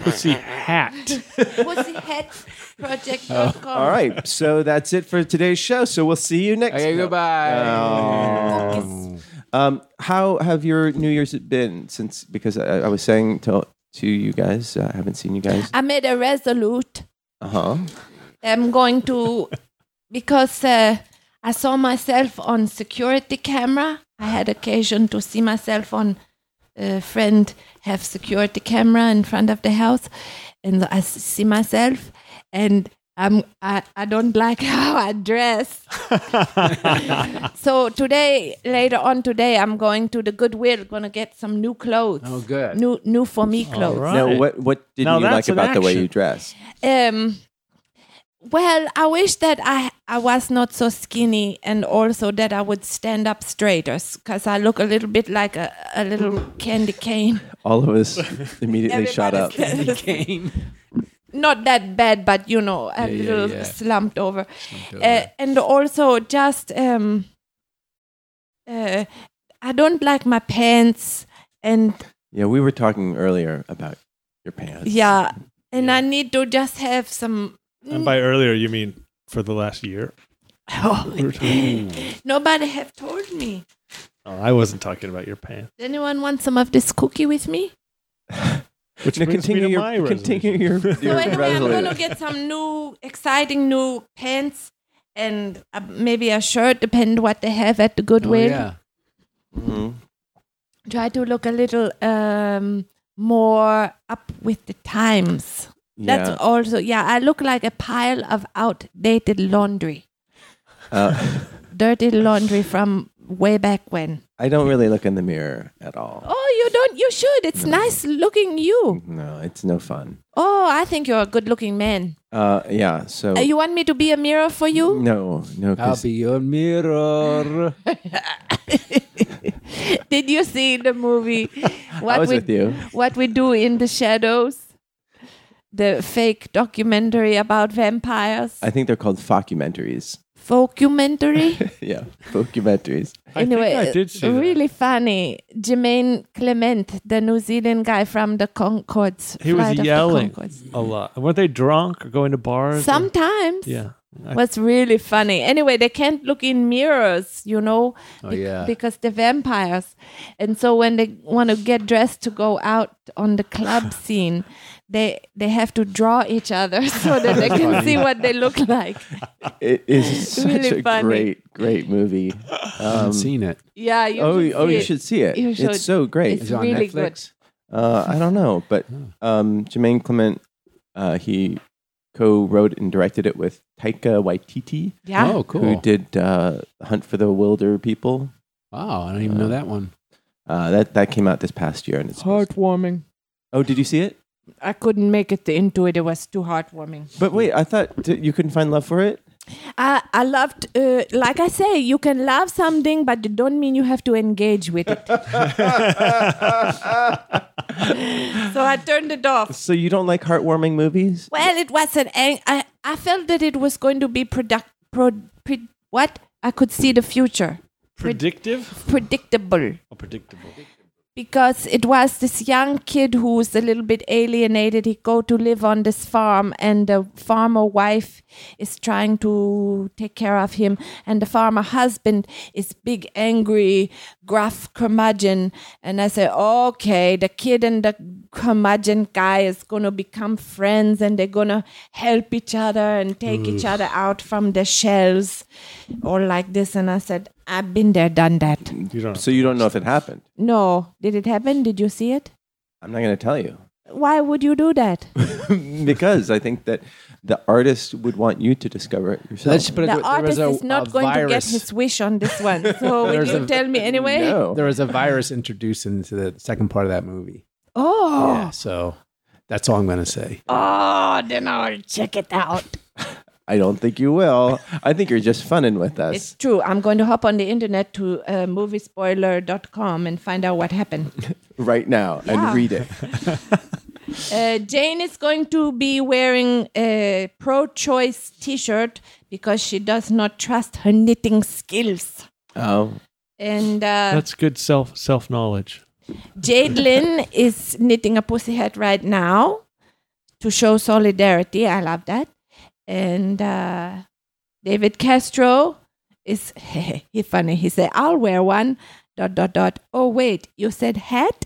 E: Pussy hat.
D: Pussyheadproject.com.
C: All right. So that's it for today's show. So we'll see you next.
G: Okay,
C: No.
G: goodbye.
C: Oh. Um, how have your New Year's been since? Because I, I was saying to to you guys, uh, I haven't seen you guys.
D: I made a resolute.
C: Uh huh.
D: I'm going to because uh, I saw myself on security camera. I had occasion to see myself on a friend have security camera in front of the house, and I s- see myself, and I'm I, I don't like how I dress. so today, later on today, I'm going to the Goodwill. Gonna get some new clothes.
G: Oh, good.
D: New new for me clothes.
E: right.
C: Now, what what didn't
E: Now
C: you like
E: that's an
C: about the way
E: action.
C: you dress?
D: um well i wish that i i was not so skinny and also that i would stand up straighter because i look a little bit like a, a little candy cane
C: All of us immediately shot up.
D: Everybody's-
G: Game.
D: not that bad but you know a
G: Yeah, yeah,
D: little
G: yeah.
D: slumped over, Uh, and also just um uh i don't like my pants and
C: Yeah, we were talking earlier about your pants.
D: yeah and i need to just have some mm.
E: And by earlier, you mean for the last year?
D: Oh, nobody have told me
E: Oh, I wasn't talking about your pants.
D: Does anyone want some of this cookie with me
E: Which
C: Now
E: brings me
C: continue
E: to
C: your
E: my
C: continue your,
D: So
E: resolution.
C: your
D: anyway, I'm
C: resolution.
D: gonna get some new, exciting new pants and uh, maybe a shirt, depend what they have at the
G: Oh,
D: Goodwill.
G: yeah.
C: Mhm.
D: Try to look a little um, more up with the times. That's
C: Yeah.
D: also yeah. I look like a pile of outdated laundry,
C: Uh,
D: dirty laundry from way back when.
C: I don't really look in the mirror at all.
D: Oh, you don't. You should. It's nice looking you.
C: No, it's no fun.
D: Oh, I think you're a good-looking man.
C: Uh, yeah. So
G: Oh.
D: Uh, you want me to be a mirror for you?
C: no, no.
G: I'll
C: 'cause-
G: be your
D: Um,
G: mirror.
D: Did you see the movie? What
C: was
D: we,
C: with you.
D: What we do in the shadows? The fake documentary about vampires.
C: I think they're called focumentaries.
D: Focumentary.
C: yeah, focumentaries.
E: I think
D: anyway,
E: I did see that.
D: really funny. Jermaine Clement, the New Zealand guy from the Concords.
E: He was
D: Flight of the
E: yelling
D: Concords.
E: a lot. Weren't they drunk or going to bars? or-
D: Sometimes.
E: Yeah. I-
D: Was really funny. Anyway, they can't look in mirrors, you know,
G: Oh,
D: bec-
G: yeah.
D: because they're vampires. And so when they want to get dressed to go out on the club scene, they they have to draw each other so that they can see what they look like.
C: It is such
D: Really
C: a
D: funny.
C: great, great movie.
G: I haven't
C: Um,
G: seen it.
D: Yeah, you
C: oh,
D: should
C: oh,
D: see
C: you
D: it.
C: should see it.
D: You should.
C: It's so great.
D: It's
G: it on
D: really
G: Netflix? Hmm.
C: Uh, I don't know, but um, Jermaine Clement Uh, he co-wrote and directed it with Taika Waititi,
D: Yeah.
G: Oh,
C: who
G: cool.
C: did uh, Hunt for the Wilder People.
G: Wow, I don't even know that one.
C: Uh, that that came out this past year, and it's supposed-
H: Heartwarming.
C: Oh, did you see it?
D: I couldn't make it into it. It was too heartwarming.
C: But wait, I thought t- you couldn't find love for it.
D: I, I loved, uh, like I say, you can love something, but it don't mean you have to engage with it. so I turned it off.
C: So you don't like heartwarming movies?
D: Well, it was an. Ang- I I felt that it was going to be product. Pro- pre- what I could see the future
E: Predictive?
D: predictable
E: Oh, predictable.
D: because it was this young kid who was a little bit alienated. He go to live on this farm, and the farmer wife is trying to take care of him, and the farmer husband is big, angry, gruff curmudgeon. And I say, okay, the kid and the curmudgeon guy is gonna become friends, and they're gonna help each other and take each other out from the shells, or like this. And I said, I've been there, done that.
E: You don't.
C: So you don't know if it happened.
D: No. Did it happen? Did you see it?
C: I'm not going to tell you
D: Why would you do that?
C: because I think that the artist would want you to discover it
G: So
C: yourself.
G: that's, but
D: the
G: there was
D: artist
G: a-
D: is not
G: a
D: going to get
G: virus-
D: his wish on this one. So will
G: There's
D: you
G: a-
D: tell me anyway?
C: no.
G: There was a virus introduced into the second part of that movie.
D: Oh,
G: Yeah, so that's all I'm going to say.
D: oh, then I'll check it out.
C: I don't think you will. I think you're just funning with us.
D: It's true. I'm going to hop on the internet to uh, moviespoiler.com and find out what happened.
C: right now
D: Yeah.
C: and read it.
D: Uh, Jane is going to be wearing a pro-choice T-shirt because she does not trust her knitting skills.
C: Oh,
D: And uh,
E: That's good self self knowledge.
D: Jade Lynn is knitting a pussy hat right now to show solidarity. I love that. And uh, David Castro is he funny. He said, "I'll wear one." Dot dot dot. Oh wait, you said hat?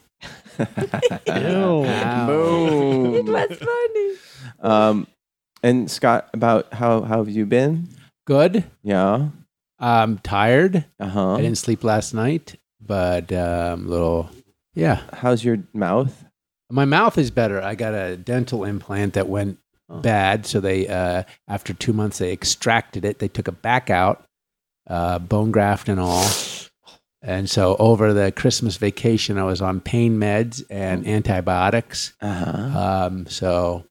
E: Ew.
D: It
C: boom.
D: was funny.
C: um, and Scott, about how how have you been?
G: Good.
C: Yeah.
G: I'm tired.
C: Uh huh.
G: I didn't sleep last night, but um, little, yeah.
C: How's your mouth?
G: My mouth is better. I got a dental implant that went bad, so they uh, after two months they extracted it. They took it back out, uh, bone graft and all. And so over the Christmas vacation, I was on pain meds
E: Hmm.
G: and antibiotics.
C: Uh huh.
G: Um, so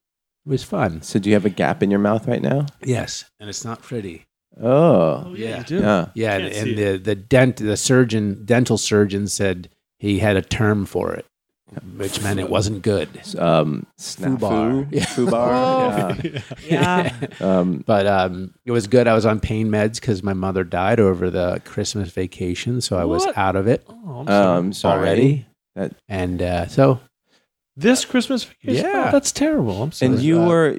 G: it was fun.
C: So do you have a gap in your mouth right now?
G: Yes, and it's not pretty.
C: Oh,
G: yeah,
E: you
G: you
E: do.
C: yeah.
G: Yeah,
E: Can't
G: and,
E: see
G: and the the dent the surgeon dental surgeon said he had a term for it, which meant it wasn't good.
C: S- Um, snafu,
G: Fubar. Yeah.
C: fubar. yeah.
D: Yeah.
C: Um,
G: But um, it was good. I was on pain meds because my mother died over the Christmas vacation, so I was
E: What?
G: out of it
E: Oh, I'm sorry.
C: um, sorry.
G: already.
C: That-
G: and uh, so
E: this Christmas vacation?
G: Yeah.
E: Oh, that's terrible. I'm sorry.
C: And you
G: Uh,
C: were,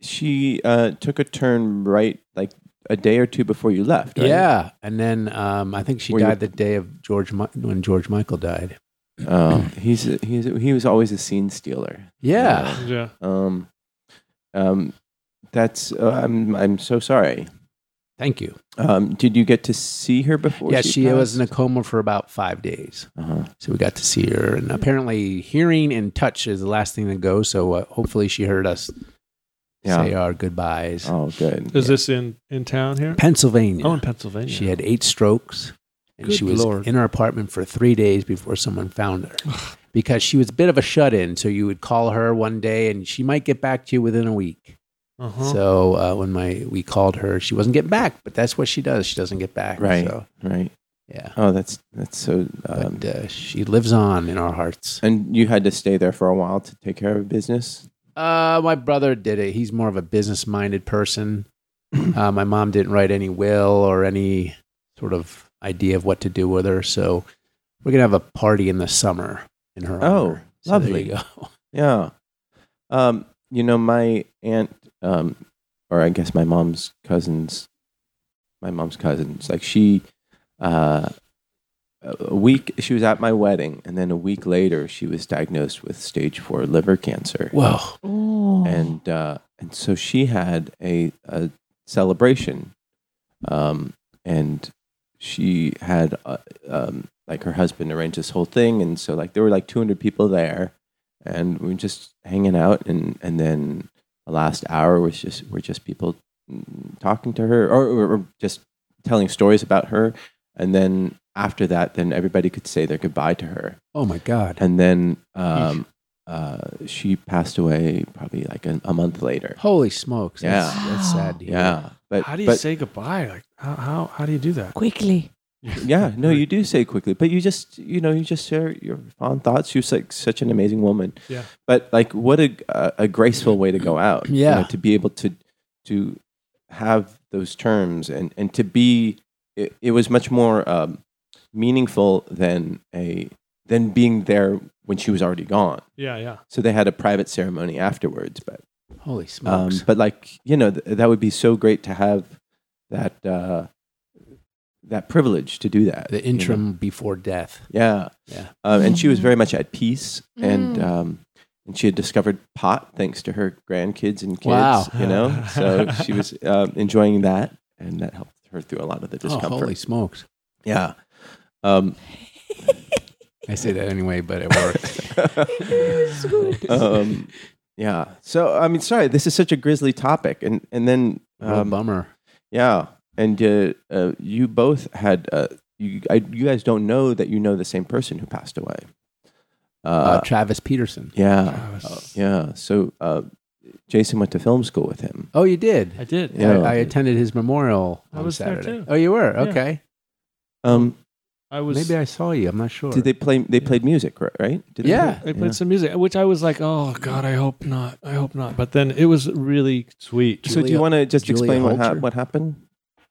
C: she uh, took a turn right like a day or two before you left. Right?
G: yeah, and then um, I think she
C: Were you-
G: died the day of George Mi- when George Michael died.
C: Oh, he's he's he was always a scene stealer.
G: Yeah,
E: yeah.
C: Um, um, that's uh, I'm I'm so sorry.
G: thank you.
C: Um, did you get to see her before?
G: yeah, she was in a
C: passed?
G: coma for about five days.
C: Uh-huh.
G: So we got to see her, and apparently, hearing and touch is the last thing that goes. So uh, hopefully, she heard us
C: Yeah.
G: say our goodbyes.
C: Oh, good.
E: Is this in in town here?
G: Pennsylvania.
E: Oh, in Pennsylvania.
G: she had eight strokes, and
E: Good
G: she was
E: Lord.
G: in her apartment for three days before someone found her because she was a bit of a shut in. So you would call her one day, and she might get back to you within a week.
E: Uh-huh.
G: So uh, when my we called her, she wasn't getting back, but that's what she does. She doesn't get back.
C: Right.
G: So
C: right?
G: yeah,
C: Oh, that's that's so. Um,
G: but uh, she lives on in our hearts.
C: and you had to stay there for a while to take care of business.
G: Uh, my brother did it. He's more of a business minded person. uh, my mom didn't write any will or any sort of idea of what to do with her. So we're going to have a party in the summer in her
C: Oh,
G: honor. So there
C: lovely.
G: you go.
C: Yeah. Um, you know, my aunt, um, or I guess my mom's cousins, my mom's cousins, like she, uh, a week, she was at my wedding, and then a week later, she was diagnosed with stage four liver cancer.
G: Whoa.
E: Oh.
D: Oh.
C: And, uh, and so she had a, a celebration. Um, and she had, uh, um, like her husband arranged this whole thing. And so, like, there were like 200 people there and we were just hanging out, and and then the last hour was just were just people mm, talking to her or, or, or just telling stories about her, and then after that, then everybody could say their goodbye to her,
G: Oh my God.
C: and then um, uh, she passed away probably like a, a month later.
G: Holy smokes. That's,
D: Yeah.
G: that's sad. to hear.
C: Yeah, but
E: how do you
C: but,
E: say goodbye? Like how, how how do you do that?
D: Quickly.
C: Yeah, no, you do say quickly, but you just you know you just share your fond thoughts. She was like such an amazing woman.
E: Yeah.
C: but like what a a, a graceful way to go out. you
G: Yeah.
C: know, to be able to to have those terms and and to be it, it was much more um, meaningful than a than being there when she was already gone.
E: Yeah, yeah.
C: So they had a private ceremony afterwards, but
G: Holy
C: um,
G: smokes.
C: but like you know, th- that would be so great to have that uh, that privilege to do that.
G: the
C: you know?
G: interim before death.
C: yeah,
G: Yeah.
C: Um, and she was very much at peace, and
D: Mm.
C: um, and she had discovered pot thanks to her grandkids and kids.
G: Wow.
C: You know, so she was um, enjoying that, and that helped her through a lot of the
G: Oh,
C: discomfort.
G: holy smokes.
C: yeah. Um,
G: I say that anyway, but it worked.
C: um, yeah. So I mean, sorry, this is such a grisly topic, and and then
G: Real
C: um,
G: bummer.
C: Yeah, and uh, uh, you both had uh, you I, you guys don't know that you know the same person who passed away. Uh,
G: Uh, Travis Peterson.
C: yeah, yeah. So uh, Jason went to film school with him.
G: Oh, you did.
E: I did.
C: Yeah.
G: I, I attended his memorial
E: I
G: on
E: was there,
G: Saturday.
E: too.
G: Oh, you were
E: Yeah.
G: okay.
C: Um,
E: I was
G: Maybe I saw you. I'm not sure.
C: did they play? They played music, ri- right? Did they
G: Yeah.
E: I played some music, which I was like, "Oh God, I hope not. I hope not." But then it was really sweet.
C: so do you
G: Julia-
C: want to just
G: Julia
C: explain what hap
G: Holter.
C: what happened?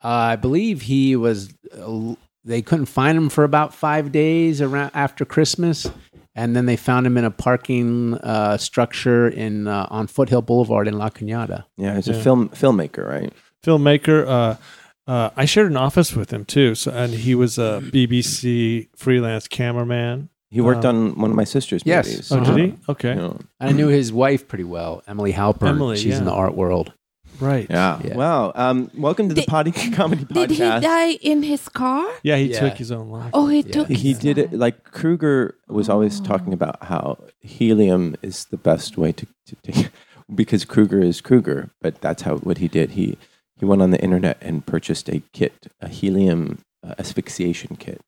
G: Uh, I believe he was. Uh, they couldn't find him for about five days around after Christmas, and then they found him in a parking uh, structure in uh, on Foothill Boulevard in La Cunada.
C: Yeah, he's a
E: Yeah.
C: film filmmaker, right?
E: filmmaker. Uh, uh, I shared an office with him too, so and he was a BBC freelance cameraman.
C: He worked
E: Uh,
C: on one of my sister's
G: Uh-huh. Yes.
C: movies.
E: Oh,
G: Uh-huh.
E: did he? Okay,
C: You know,
G: I knew his wife pretty well, Emily Halpern.
E: Emily,
G: she's
E: yeah.
G: in the art world.
E: right.
C: yeah.
G: Yeah.
C: Wow. Um, welcome to the
D: Did-
C: potty comedy
D: Did he
C: podcast.
D: die in his car?
E: Yeah, he
G: Yeah.
E: took his own life.
D: Oh, he
G: Yeah.
D: took.
C: he
D: his
C: did it
D: own.
C: like Kruger was always
E: Oh.
C: talking about how helium is the best way to, to take because Kruger is Kruger, but that's how what he did. He he went on the internet and purchased a kit, a helium uh, asphyxiation kit.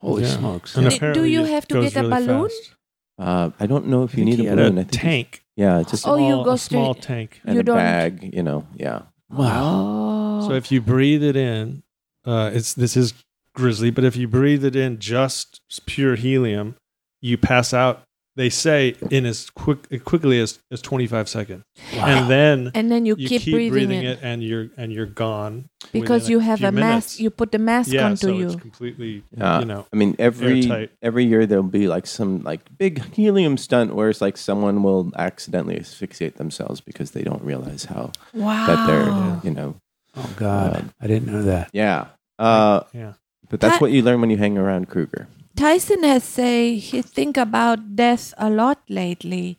G: Holy
E: Yeah.
G: smokes!
E: And
D: Did- do
E: apparently
D: you
E: it
D: have to
E: goes
D: get a balloon?
E: fast.
C: Uh, I don't know if you need
E: He
C: a
E: had
C: balloon. I
E: a
C: think it's-
E: tank.
C: Yeah, it's just
D: Oh, you
E: Small-
D: go
E: a small
D: straight-
E: tank.
C: and
D: you
C: a
D: don't-
C: bag. You know, yeah.
D: Wow.
E: So
D: Oh.
E: if you breathe it in, uh, it's this is grisly, but if you breathe it in just pure helium, you pass out. They say in as quick quickly as, as 25 seconds, and then
D: and then you,
E: you
D: keep, breathing, in
E: it, and you're and you're gone
D: because
E: within
D: you have
E: few
D: a mask.
E: minutes.
D: You put the mask
E: yeah,
D: onto
E: so
D: you.
E: it's completely
C: Yeah.
E: you know
C: I mean, every
E: Airtight.
C: every year there'll be like some like big helium stunt where it's like someone will accidentally asphyxiate themselves because they don't realize how
D: wow.
C: that
E: Ah.
C: they're you know
G: Oh God, I didn't know that.
C: Yeah. Uh,
E: yeah.
C: but that's
D: That-
C: what you learn when you hang around Kruger.
D: Tyson has say he think about death a lot lately.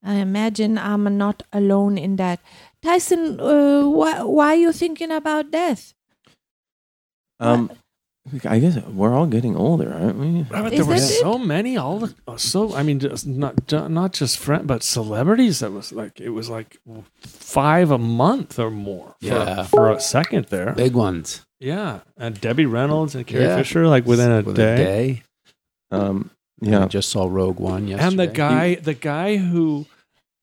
D: I imagine I'm not alone in that. Tyson, uh, why why you thinking about death?
C: Um, I guess we're all getting older, aren't we?
E: But
D: Is
E: there were
D: that it?
E: so many, all the uh, so I mean, just not ju- not just friend, but celebrities. That was like it was like five a month or more for,
G: Yeah.
E: for a second there.
G: Big ones.
E: Yeah, and Debbie Reynolds and Carrie
G: Yeah.
E: Fisher like within a day.
C: Um,
G: Yeah. I
C: yeah.
G: just saw Rogue One yesterday.
E: And the guy, the guy who,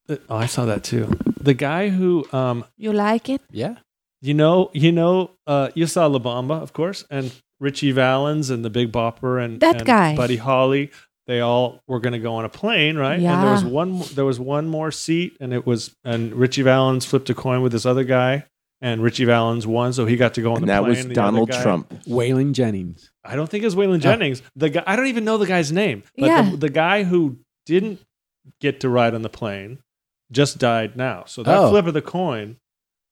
E: the, oh, I saw that too. The guy who, um,
D: You like it?
G: Yeah.
E: you know, you know, uh, you saw La Bamba, of course, and Richie Valens and the Big Bopper and
D: That
E: and
D: guy.
E: Buddy Holly. They all were going to go on a plane, right? And there was
D: Yeah.
E: one, there was one more seat, and it was, and Richie Valens flipped a coin with this other guy, and Richie Valens won, so he got to go on
C: And
E: the
C: that
E: plane.
C: was
E: The other
C: Donald
E: guy-
C: Trump.
G: Waylon Jennings.
E: I don't think it's Waylon Jennings. The guy I don't even know the guy's name. But
D: Yeah.
E: the, the guy who didn't get to ride on the plane just died now. So that
G: Oh.
E: flip of the coin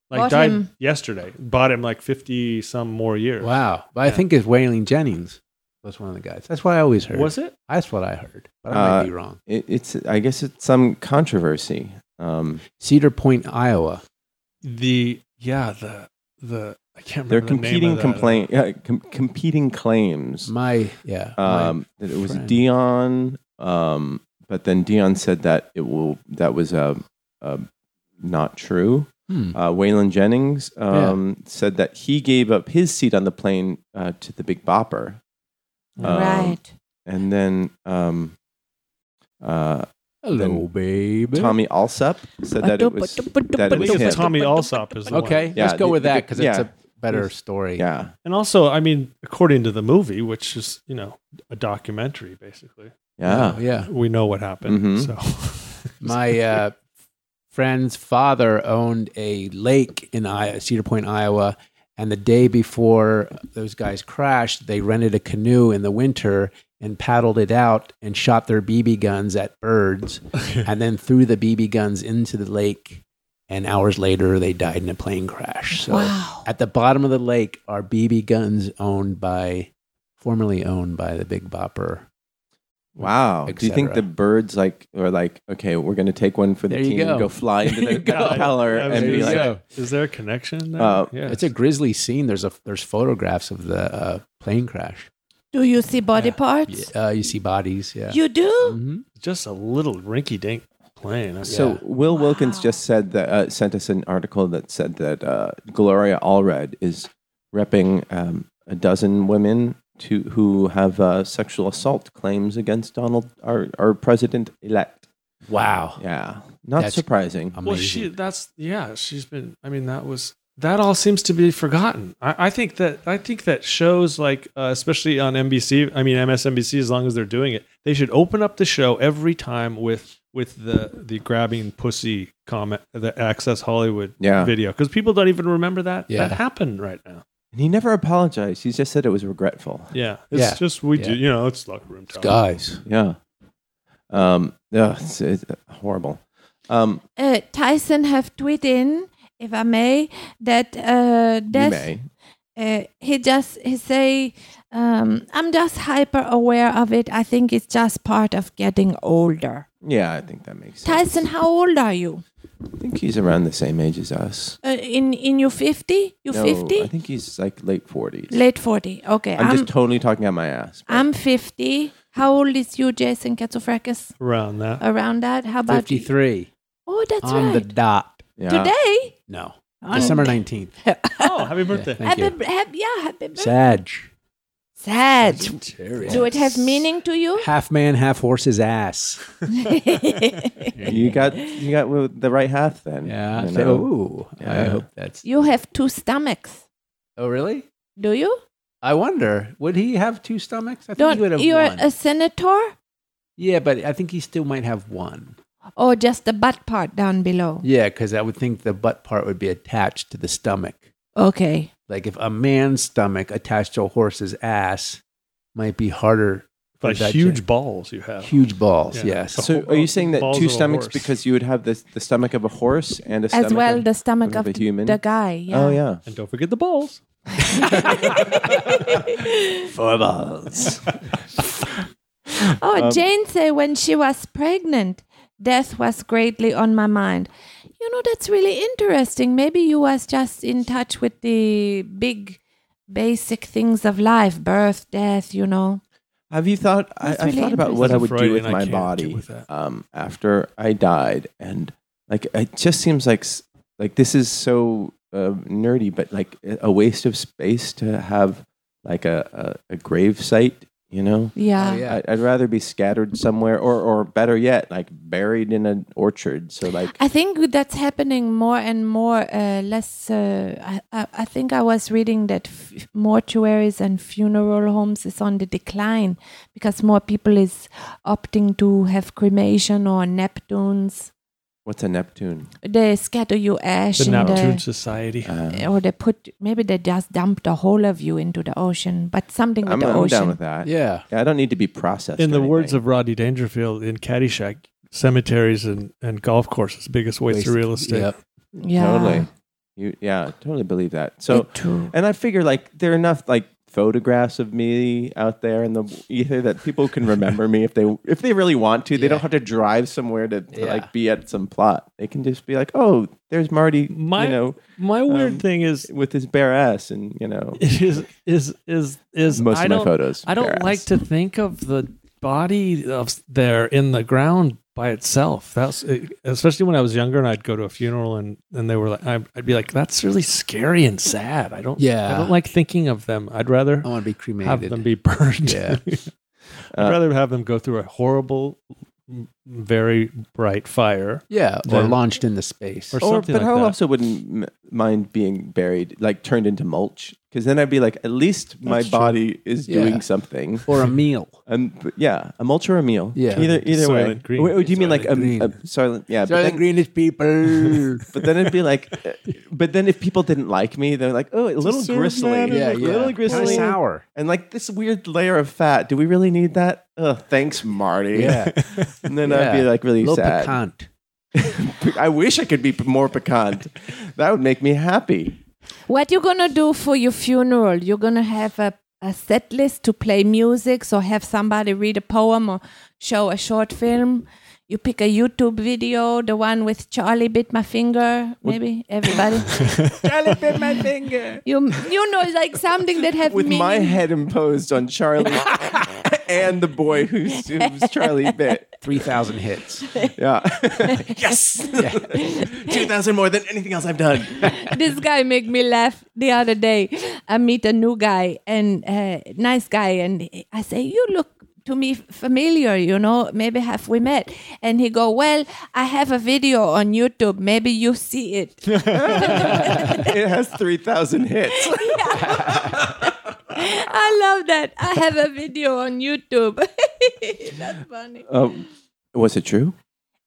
E: like
D: Bought
E: died
D: him-
E: yesterday. Bought him like fifty some more years.
G: Wow. But I
E: Yeah.
G: think it's Waylon Jennings was one of the guys. That's what I always heard.
E: Was it?
G: That's what I heard. But I might
C: Uh,
G: be wrong.
C: It, it's I guess it's some controversy. Um,
G: Cedar Point, Iowa.
E: The yeah, the the I can't remember.
C: they're
E: the name
C: competing
E: of that.
C: complaint, yeah, com- competing claims.
G: My yeah. my-
C: Um, that Um, it was
G: friend.
C: Dion. Um, but then Dion said that it will that was uh, uh, not true.
G: Hmm.
C: Uh, Waylon Jennings um, said that he gave up his seat on the plane uh, to the Big Bopper, Um,
D: right.
C: and then um, uh,
G: Hello,
C: Then
G: babe.
C: Tommy Alsop said that it was that it
E: I
C: was
E: think
C: him.
E: it's Tommy Alsop is the one.
G: Okay,
C: Yeah,
G: let's go
C: the-
G: with
C: the-
G: that because it's
C: yeah.
G: a better story.
C: Yeah,
E: And also, I mean, according to the movie, which is you know a documentary, basically,
C: yeah.
G: Oh, yeah.
E: we know what happened.
C: Mhm.
E: So
G: My uh, friend's father owned a lake in I- Cedar Point, Iowa. And the day before those guys crashed, they rented a canoe in the winter and paddled it out and shot their BB guns at birds and then threw the BB guns into the lake. And hours later, they died in a plane crash. So
D: Wow.
G: at the bottom of the lake are BB guns owned by, formerly owned by the Big Bopper.
C: Wow.
G: et
C: Do you think the
G: cetera.
C: birds like are like okay, we're going to take one for the
G: There you
C: team, and
G: go.
C: go fly into the
G: There you go.
C: propeller,
E: I was
C: and be
E: gonna
C: like,
E: say. is there a connection? There?
C: Uh,
E: yeah.
G: It's a grisly scene. There's a there's photographs of the uh, plane crash.
D: Do you see body
G: Yeah.
D: parts?
G: Uh, you see bodies. Yeah.
D: You do?
G: Mhm.
E: just a little rinky-dink plane. That's-
C: So
G: Yeah.
C: Will Wilkins
D: Wow.
C: just said that uh, sent us an article that said that uh, Gloria Allred is repping um, a dozen women to who have uh, sexual assault claims against Donald our, our president elect.
G: Wow.
C: Yeah, not
G: Oh. That's-
C: surprising.
G: Amazing.
E: Well, she that's yeah. She's been. I mean, that was that all seems to be forgotten. I, I think that I think that shows like uh, especially on NBC. I mean MSNBC. As long as they're doing it, they should open up the show every time with with the the grabbing pussy comment, the Access Hollywood
C: Yeah.
E: video, because people don't even remember that
G: Yeah.
E: that happened right now.
C: And he never apologized. He just said it was regretful.
E: Yeah, it's
G: Yeah.
E: just we
G: Yeah.
E: do. You know, it's locker room talk.
G: guys.
C: Yeah. Um. Yeah. It's, it's horrible. Um.
D: Uh, Tyson have tweeted in, if I may, that uh,
C: You
D: death
C: may.
D: uh, he just he say um, i'm just hyper aware of it i think it's just part of getting older
C: Yeah, I think that makes sense.
D: tyson how old are you
C: I think he's around the same age as us.
D: uh, in in your 50 you
C: No,
D: 50
C: I think he's like late forties.
D: late 40 okay
C: I'm,
D: i'm I'm,
C: just totally talking out my ass. but-
D: 50 how old is you jason katsofrakis
E: around that.
D: around that how about
G: Fifty three
D: you? oh that's
G: on the
D: right
G: dot.
C: yeah.
D: today
G: No.
D: On
G: December
D: the-
G: nineteenth.
E: Oh, happy birthday!
G: Thank
D: happy,
G: you.
D: b- hap- yeah happy birthday
G: Sag.
D: sad do it have meaning to you
G: Half man, half horse's ass.
C: You got you got with the right half then.
G: Yeah.
C: you
G: so-
C: know?
G: ooh, I
C: Yeah.
G: hope that's.
D: you have two stomachs
G: Oh, really?
D: do you
G: I wonder. Would he have two stomachs? I think
D: Don't uh,
G: he would have
D: you're
G: one.
D: a senator
G: yeah, but I think he still might have one.
D: or just the butt part down below?
G: Yeah, because I would think the butt part would be attached to the stomach.
D: Okay.
G: Like if a man's stomach attached to a horse's ass might be harder. for
E: Like
G: digest-
E: huge balls you have.
G: huge balls.
E: Yeah.
G: Yes.
C: So are you saying that
E: Balls
C: two
E: of a
C: stomachs
E: horse.
C: because you would have the the stomach of a horse and a stomach
D: As well,
C: of,
D: the stomach
C: of a
D: of, the-
C: human?
D: the guy. Yeah.
C: Oh yeah.
E: And don't forget the balls.
G: Four balls.
D: Oh, Jane said when she was pregnant, death was greatly on my mind. You know, that's really interesting. Maybe you was just in touch with the big, basic things of life, birth, death. You know.
C: Have you thought? I,
D: That's
C: I've
D: really
C: thought about what
E: interesting.
C: I would do
E: Freudian,
C: with
E: I
C: my
E: can't deal
C: body
E: with that.
C: um, after I died, and like it just seems like s- like this is so uh, nerdy, but like a waste of space to have like a a, a grave site, you know.
D: Yeah.
G: Oh, yeah.
C: I, I'd rather be scattered somewhere, or or better yet, like buried in an orchard. So like,
D: I think that's happening more and more. Uh, less, uh, I, I, I think I was reading that f- mortuaries and funeral homes is on the decline because more people is opting to have cremation or Neptunes.
C: what's a Neptune?
D: They scatter your ash
E: The
D: in
E: Neptune Society.
C: Uh,
D: the, or they put maybe they just dump the whole of you into the ocean, but something with
C: I'm,
D: the
C: I'm
D: ocean.
C: down with that.
G: yeah.
C: I don't need to be processed.
E: in
C: or
E: the words
C: anything.
E: of Rodney Dangerfield in Caddyshack, cemeteries and, and golf courses, biggest waste, of real estate.
G: Yep.
D: yeah,
C: totally, you yeah, totally believe that. So.
D: Me too.
C: And I figure like there are enough like photographs of me out there in the ether that people can remember me if they if they really want to. They don't have to drive somewhere to, to,
G: Yeah.
C: like be at some plot. They can just be like, oh, there's Marty,
E: My-
C: you know,
E: My weird
C: Um,
E: thing is
C: with his bare ass, and you know,
E: is is is is
C: most
E: I
C: of my
E: don't-
C: photos.
E: I don't
C: bare
E: like
C: ass.
E: to think of the body of there in the ground by itself. That's especially when I was younger and I'd go to a funeral and and they were like, I'd, I'd be like, that's really scary and sad. I don't,
G: Yeah.
E: I don't like thinking of them. I'd rather
G: I want to be
E: have
G: cremated.
E: them be burned.
G: Yeah.
E: I'd
C: Uh,
E: rather have them go through a horrible, m- very bright fire.
G: yeah, or
E: Then-
G: launched into space.
E: Or-
C: Or,
E: something
C: but
E: like
C: I
E: that.
C: also wouldn't m- mind being buried, like turned into mulch, because then I'd be like, at least my
E: That's true.
C: body is
G: Yeah.
C: doing something.
G: or a meal.
C: And but yeah, a mulch or a meal.
G: Yeah.
C: either either
E: Silent
C: way.
E: green.
C: Wait, do you mean like
G: Silent green.
C: a, a silent? Yeah, but then,
G: greenish people.
C: but then it'd be like, uh, but then if people didn't like me, they're like, oh, a little
E: serve
C: gristly,
E: that
C: a
G: yeah, yeah.
C: little
G: Kinda
C: gristly,
G: sour.
C: and like this weird layer of fat. Do we really need that? Ugh, thanks, Marty.
G: Yeah.
C: and then I'd be
G: Yeah.
C: like really
G: little
C: sad.
G: Picant.
C: I wish I could be p- more piquant. that would make me happy.
D: What you gonna do for your funeral? You're gonna have a, a set list to play music, so have somebody read a poem or show a short film. You pick a YouTube video, the one with Charlie bit my finger, maybe everybody.
F: Charlie bit my finger.
D: you you know like something that have
C: With
D: meaning.
C: my head imposed on Charlie and the boy who's, who's Charlie bit.
G: 3,000 hits.
C: Yeah. yes. 2,000 more than anything else I've done.
D: this guy make me laugh the other day. I meet a new guy and uh, nice guy, and I say, "You look to me familiar. You know, maybe have we met?" And he go, "Well, I have a video on YouTube. Maybe you see it."
C: It has 3,000 hits.
D: I love that. I have a video on YouTube. That's funny.
C: Um, was it true?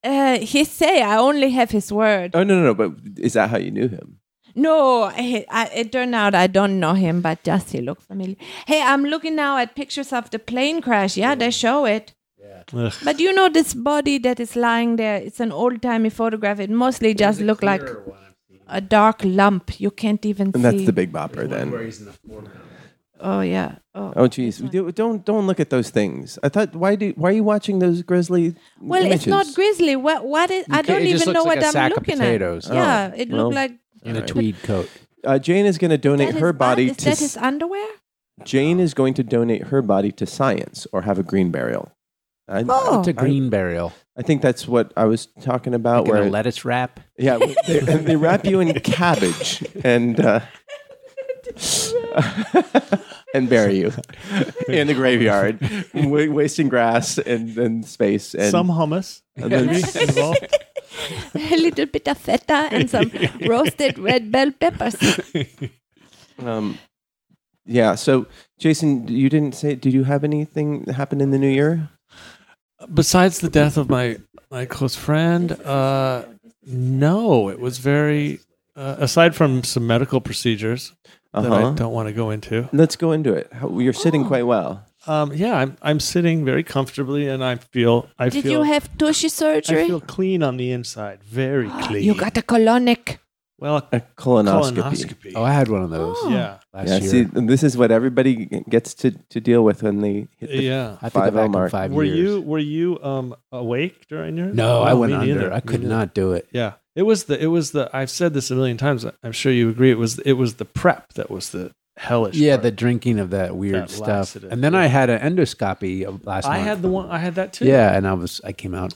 D: Uh, he say, "I only have his word."
C: Oh, no, no, no. But is that how you knew him?
D: No, I, I, it turned out I don't know him, but just he looked familiar. Hey, I'm looking now at pictures of the plane crash. Yeah, they show it.
E: Ugh.
D: But you know this body that is lying there. It's an old timey photograph. It mostly just look like a dark lump. You can't even
C: And
D: see.
C: that's the Big Bopper then.
D: oh yeah. Oh.
C: Oh, geez. Do- Don't, don't look at those things. I thought, why, do, why are you watching those grizzly
D: well,
C: images?
D: it's not grizzly. What? What is? I
G: ca-
D: don't
G: it just
D: even know
G: looks
D: what
G: like a
D: I'm
G: sack of
D: looking
G: potatoes.
D: at. Yeah,
C: Oh,
D: it
C: well,
D: looked like
G: In a tweed coat.
C: Uh, Jane is going to donate
D: that
C: her
D: is-
C: body
D: Is
C: to
D: that his underwear?
C: Jane is going to donate her body to science or have a green burial. I,
D: Oh.
G: It's a green burial.
C: I think that's what I was talking about.
G: Like in
C: where
G: a lettuce wrap.
C: yeah, they, and they wrap you in cabbage and uh, and bury you in the graveyard, wa- wasting grass and, and space and
E: Some hummus.
C: and then-
E: maybe, involved.
D: a little bit of feta and some roasted red bell peppers.
C: um, yeah. So Jason, you didn't say. Did you have anything happen in the new year?
E: besides the death of my my close friend uh no it was very uh, aside from some medical procedures that i
C: Uh-huh.
E: don't want to go into
C: Let's go into it. How, you're sitting quite well.
E: um yeah i'm i'm sitting very comfortably and i feel i
D: Did
E: feel
D: you have tushy surgery?
E: i feel clean on the inside very clean
D: You got a colonic.
E: well
C: A colonoscopy.
E: colonoscopy,
G: Oh, I had one of those
E: yeah
G: last
C: yeah,
G: year.
C: see, this is what everybody g- gets to, to deal with when they hit the.
E: yeah
G: I think
C: 5L
G: back in
C: mark.
G: five
E: were
G: years.
E: you were you um awake during your
G: No, I went
E: me
G: under.
E: neither.
G: I
E: Me
G: could
E: neither.
G: not do it.
E: Yeah, it was the it was the I've said this a million times. I'm sure you agree. It was it was the prep that was the hellish.
G: Yeah,
E: part.
G: the drinking of that weird
E: That
G: stuff.
E: laxative,
G: and then
E: yeah.
G: I had an endoscopy of last
E: I
G: month.
E: had the one. I had that too.
G: Yeah, and I was I came out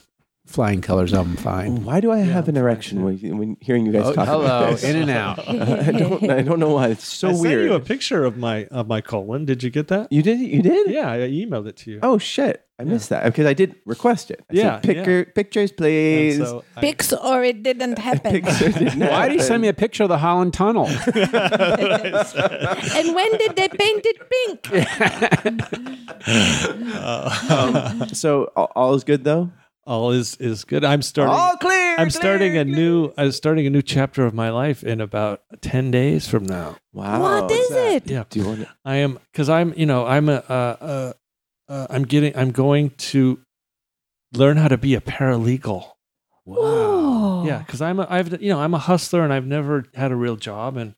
G: flying colors. I'm fine.
C: Why do I have an erection when, when hearing you guys
G: Oh,
C: talk
G: hello,
C: about this?
G: in and out.
C: I don't I don't know why it's so
E: I sent
C: weird.
E: you a picture of my of my colon. Did you get that?
C: You did you did?
E: Yeah, I emailed it to you.
C: Oh shit. I missed that because I did request it. I said,
E: Yeah,
C: Picture, Pictures, please.
E: And so I-
D: Pics or it didn't happen.
C: Picture didn't
G: Why do you send
C: happen.
G: me a picture of the Holland Tunnel?
D: and when did they paint it pink?
C: So all, all is good though.
E: all is is good. I'm starting.
C: All clear.
E: I'm starting a new. I'm starting a new chapter of my life in about ten days from now.
C: Wow.
D: what is it?
E: Yeah,
C: Do you want?
E: I am because I'm. You know, I'm a. Uh, uh, uh, I'm getting. I'm going to learn how to be a paralegal.
D: Whoa.
E: Yeah, because I'm a, I've you know I'm a hustler and I've never had a real job and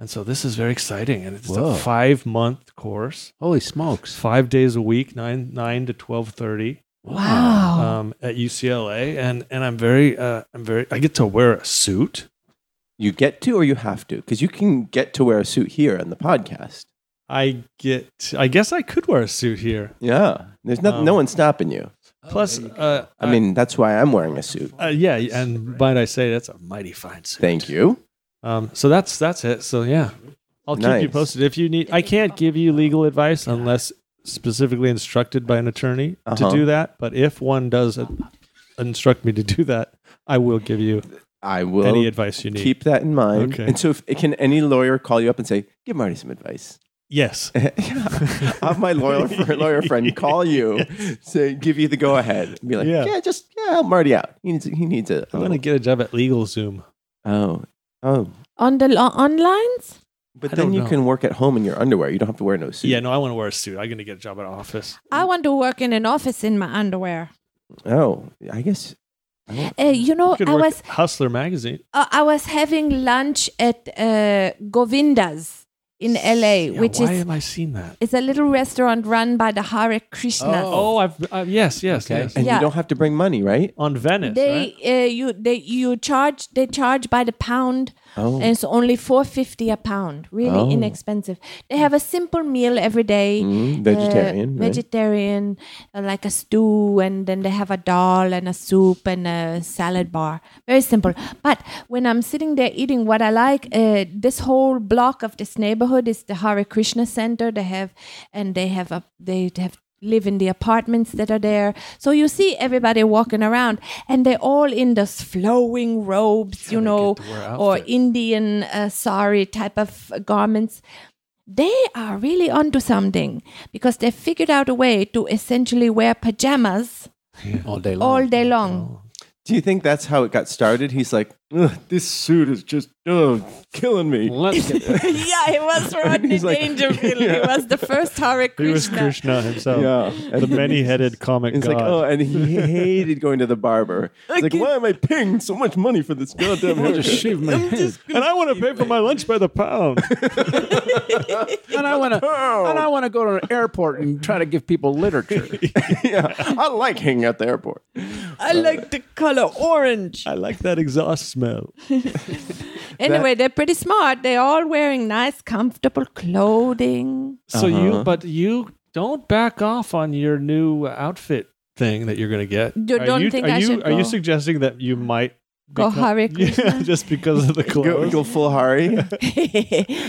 E: and so this is very exciting and it's
G: Whoa.
E: a five month course,
G: Holy
E: It's
G: smokes!
E: five days a week, nine nine to twelve thirty
D: Wow.
E: um, at UCLA and and I'm very uh, I'm very I get to wear a suit.
C: You get to or you have to because you can get to wear a suit here on the podcast.
E: I get. I guess I could wear a suit here.
C: Yeah. There's nothing. no
E: Um,
C: one's stopping you.
E: Plus, uh,
C: I mean, that's why I'm wearing a suit.
E: uh, yeah, and might I say that's a mighty fine suit.
C: Thank you.
E: Um, so that's that's it. So yeah, I'll keep you
C: Nice.
E: posted if you need. I can't give you legal advice unless specifically instructed by an attorney
C: Uh-huh.
E: to do that. But if one does uh, instruct me to do that, I will give you
C: I will
E: any advice you need.
C: keep that in mind.
E: Okay.
C: And so, if, can any lawyer call you up and say, "Give Marty some advice"?
E: yes.
C: Yeah. Have my lawyer lawyer friend call you, say, give you the go ahead, and be like,
E: Yeah.
C: "Yeah, just yeah, help Marty out. He needs he needs a."
E: I'm gonna get a job at Legal Zoom.
C: oh oh.
D: On the lo- onlines?
C: But
E: I
C: then
E: don't
C: you
E: know.
C: can work at home in your underwear. You don't have to wear no suit.
E: Yeah, no, I want to wear a suit. I'm gonna get a job at office.
D: I want to work in an office in my underwear.
C: Oh, I guess.
D: Uh, you know,
E: You could
D: I
E: work
D: was
E: at Hustler magazine.
D: uh, I was having lunch at uh, Govinda's in LA,
E: Yeah,
D: which
E: why
D: is
E: have I seen that?
D: it's a little restaurant run by the Hare Krishna.
E: Oh, I've, i yes, yes,
G: Okay.
E: yes.
C: And
D: Yeah.
C: you don't have to bring money, right?
E: On Venice,
D: They
E: right?
D: uh, you they you charge they charge by the pound
C: Oh.
D: and it's only 450 a pound really
C: Oh.
D: inexpensive they have a simple meal every day,
C: Mm,
D: uh,
C: vegetarian. right?
D: vegetarian uh, like a stew and then they have a dal and a soup and a salad bar very simple but when i'm sitting there eating what i like uh, this whole block of this neighborhood is the Hare krishna center they have and they have a they have live in the apartments that are there so you see everybody walking around and they're all in those flowing robes you know or indian uh, sari type of garments they are really onto something because they figured out a way to essentially wear pajamas
G: all day long.
D: all day long.
C: Do you think that's how it got started? He's like, "Ugh, this suit is just ugh, killing me.
E: Let's get
D: yeah, it was Rodney
C: He's like-
D: Dangerfield. He
C: Yeah.
D: was the first Hare
E: He was
D: Krishna.
E: Krishna himself.
C: yeah,
E: The many-headed comic
C: It's
E: god.
C: like, oh, and he hated going to the barber. He's like,
D: Okay.
C: why am I paying so much money for this goddamn
G: I'll
C: haircut?
G: just shave my head.
E: and I want to pay for my lunch by the pound.
G: and I want to. And I
C: Oh,
G: want to go to an airport and try to give people literature.
C: yeah, I like hanging out the airport.
D: I like the color orange.
C: Uh,
E: I like that exhaust smell.
D: Anyway, they're pretty smart. They're all wearing nice, comfortable clothing.
E: So
C: Uh-huh.
E: you, but you don't back off on your new outfit thing that you're going to get.
D: You don't
E: you,
D: think
E: are
D: I
E: you,
D: should
E: Are
D: go-
E: you suggesting that you might
D: Go
E: become-
D: Hare
E: Yeah,
D: Krishna.
E: just because of the
C: Go,
E: clothes.
C: go full Hari,
D: and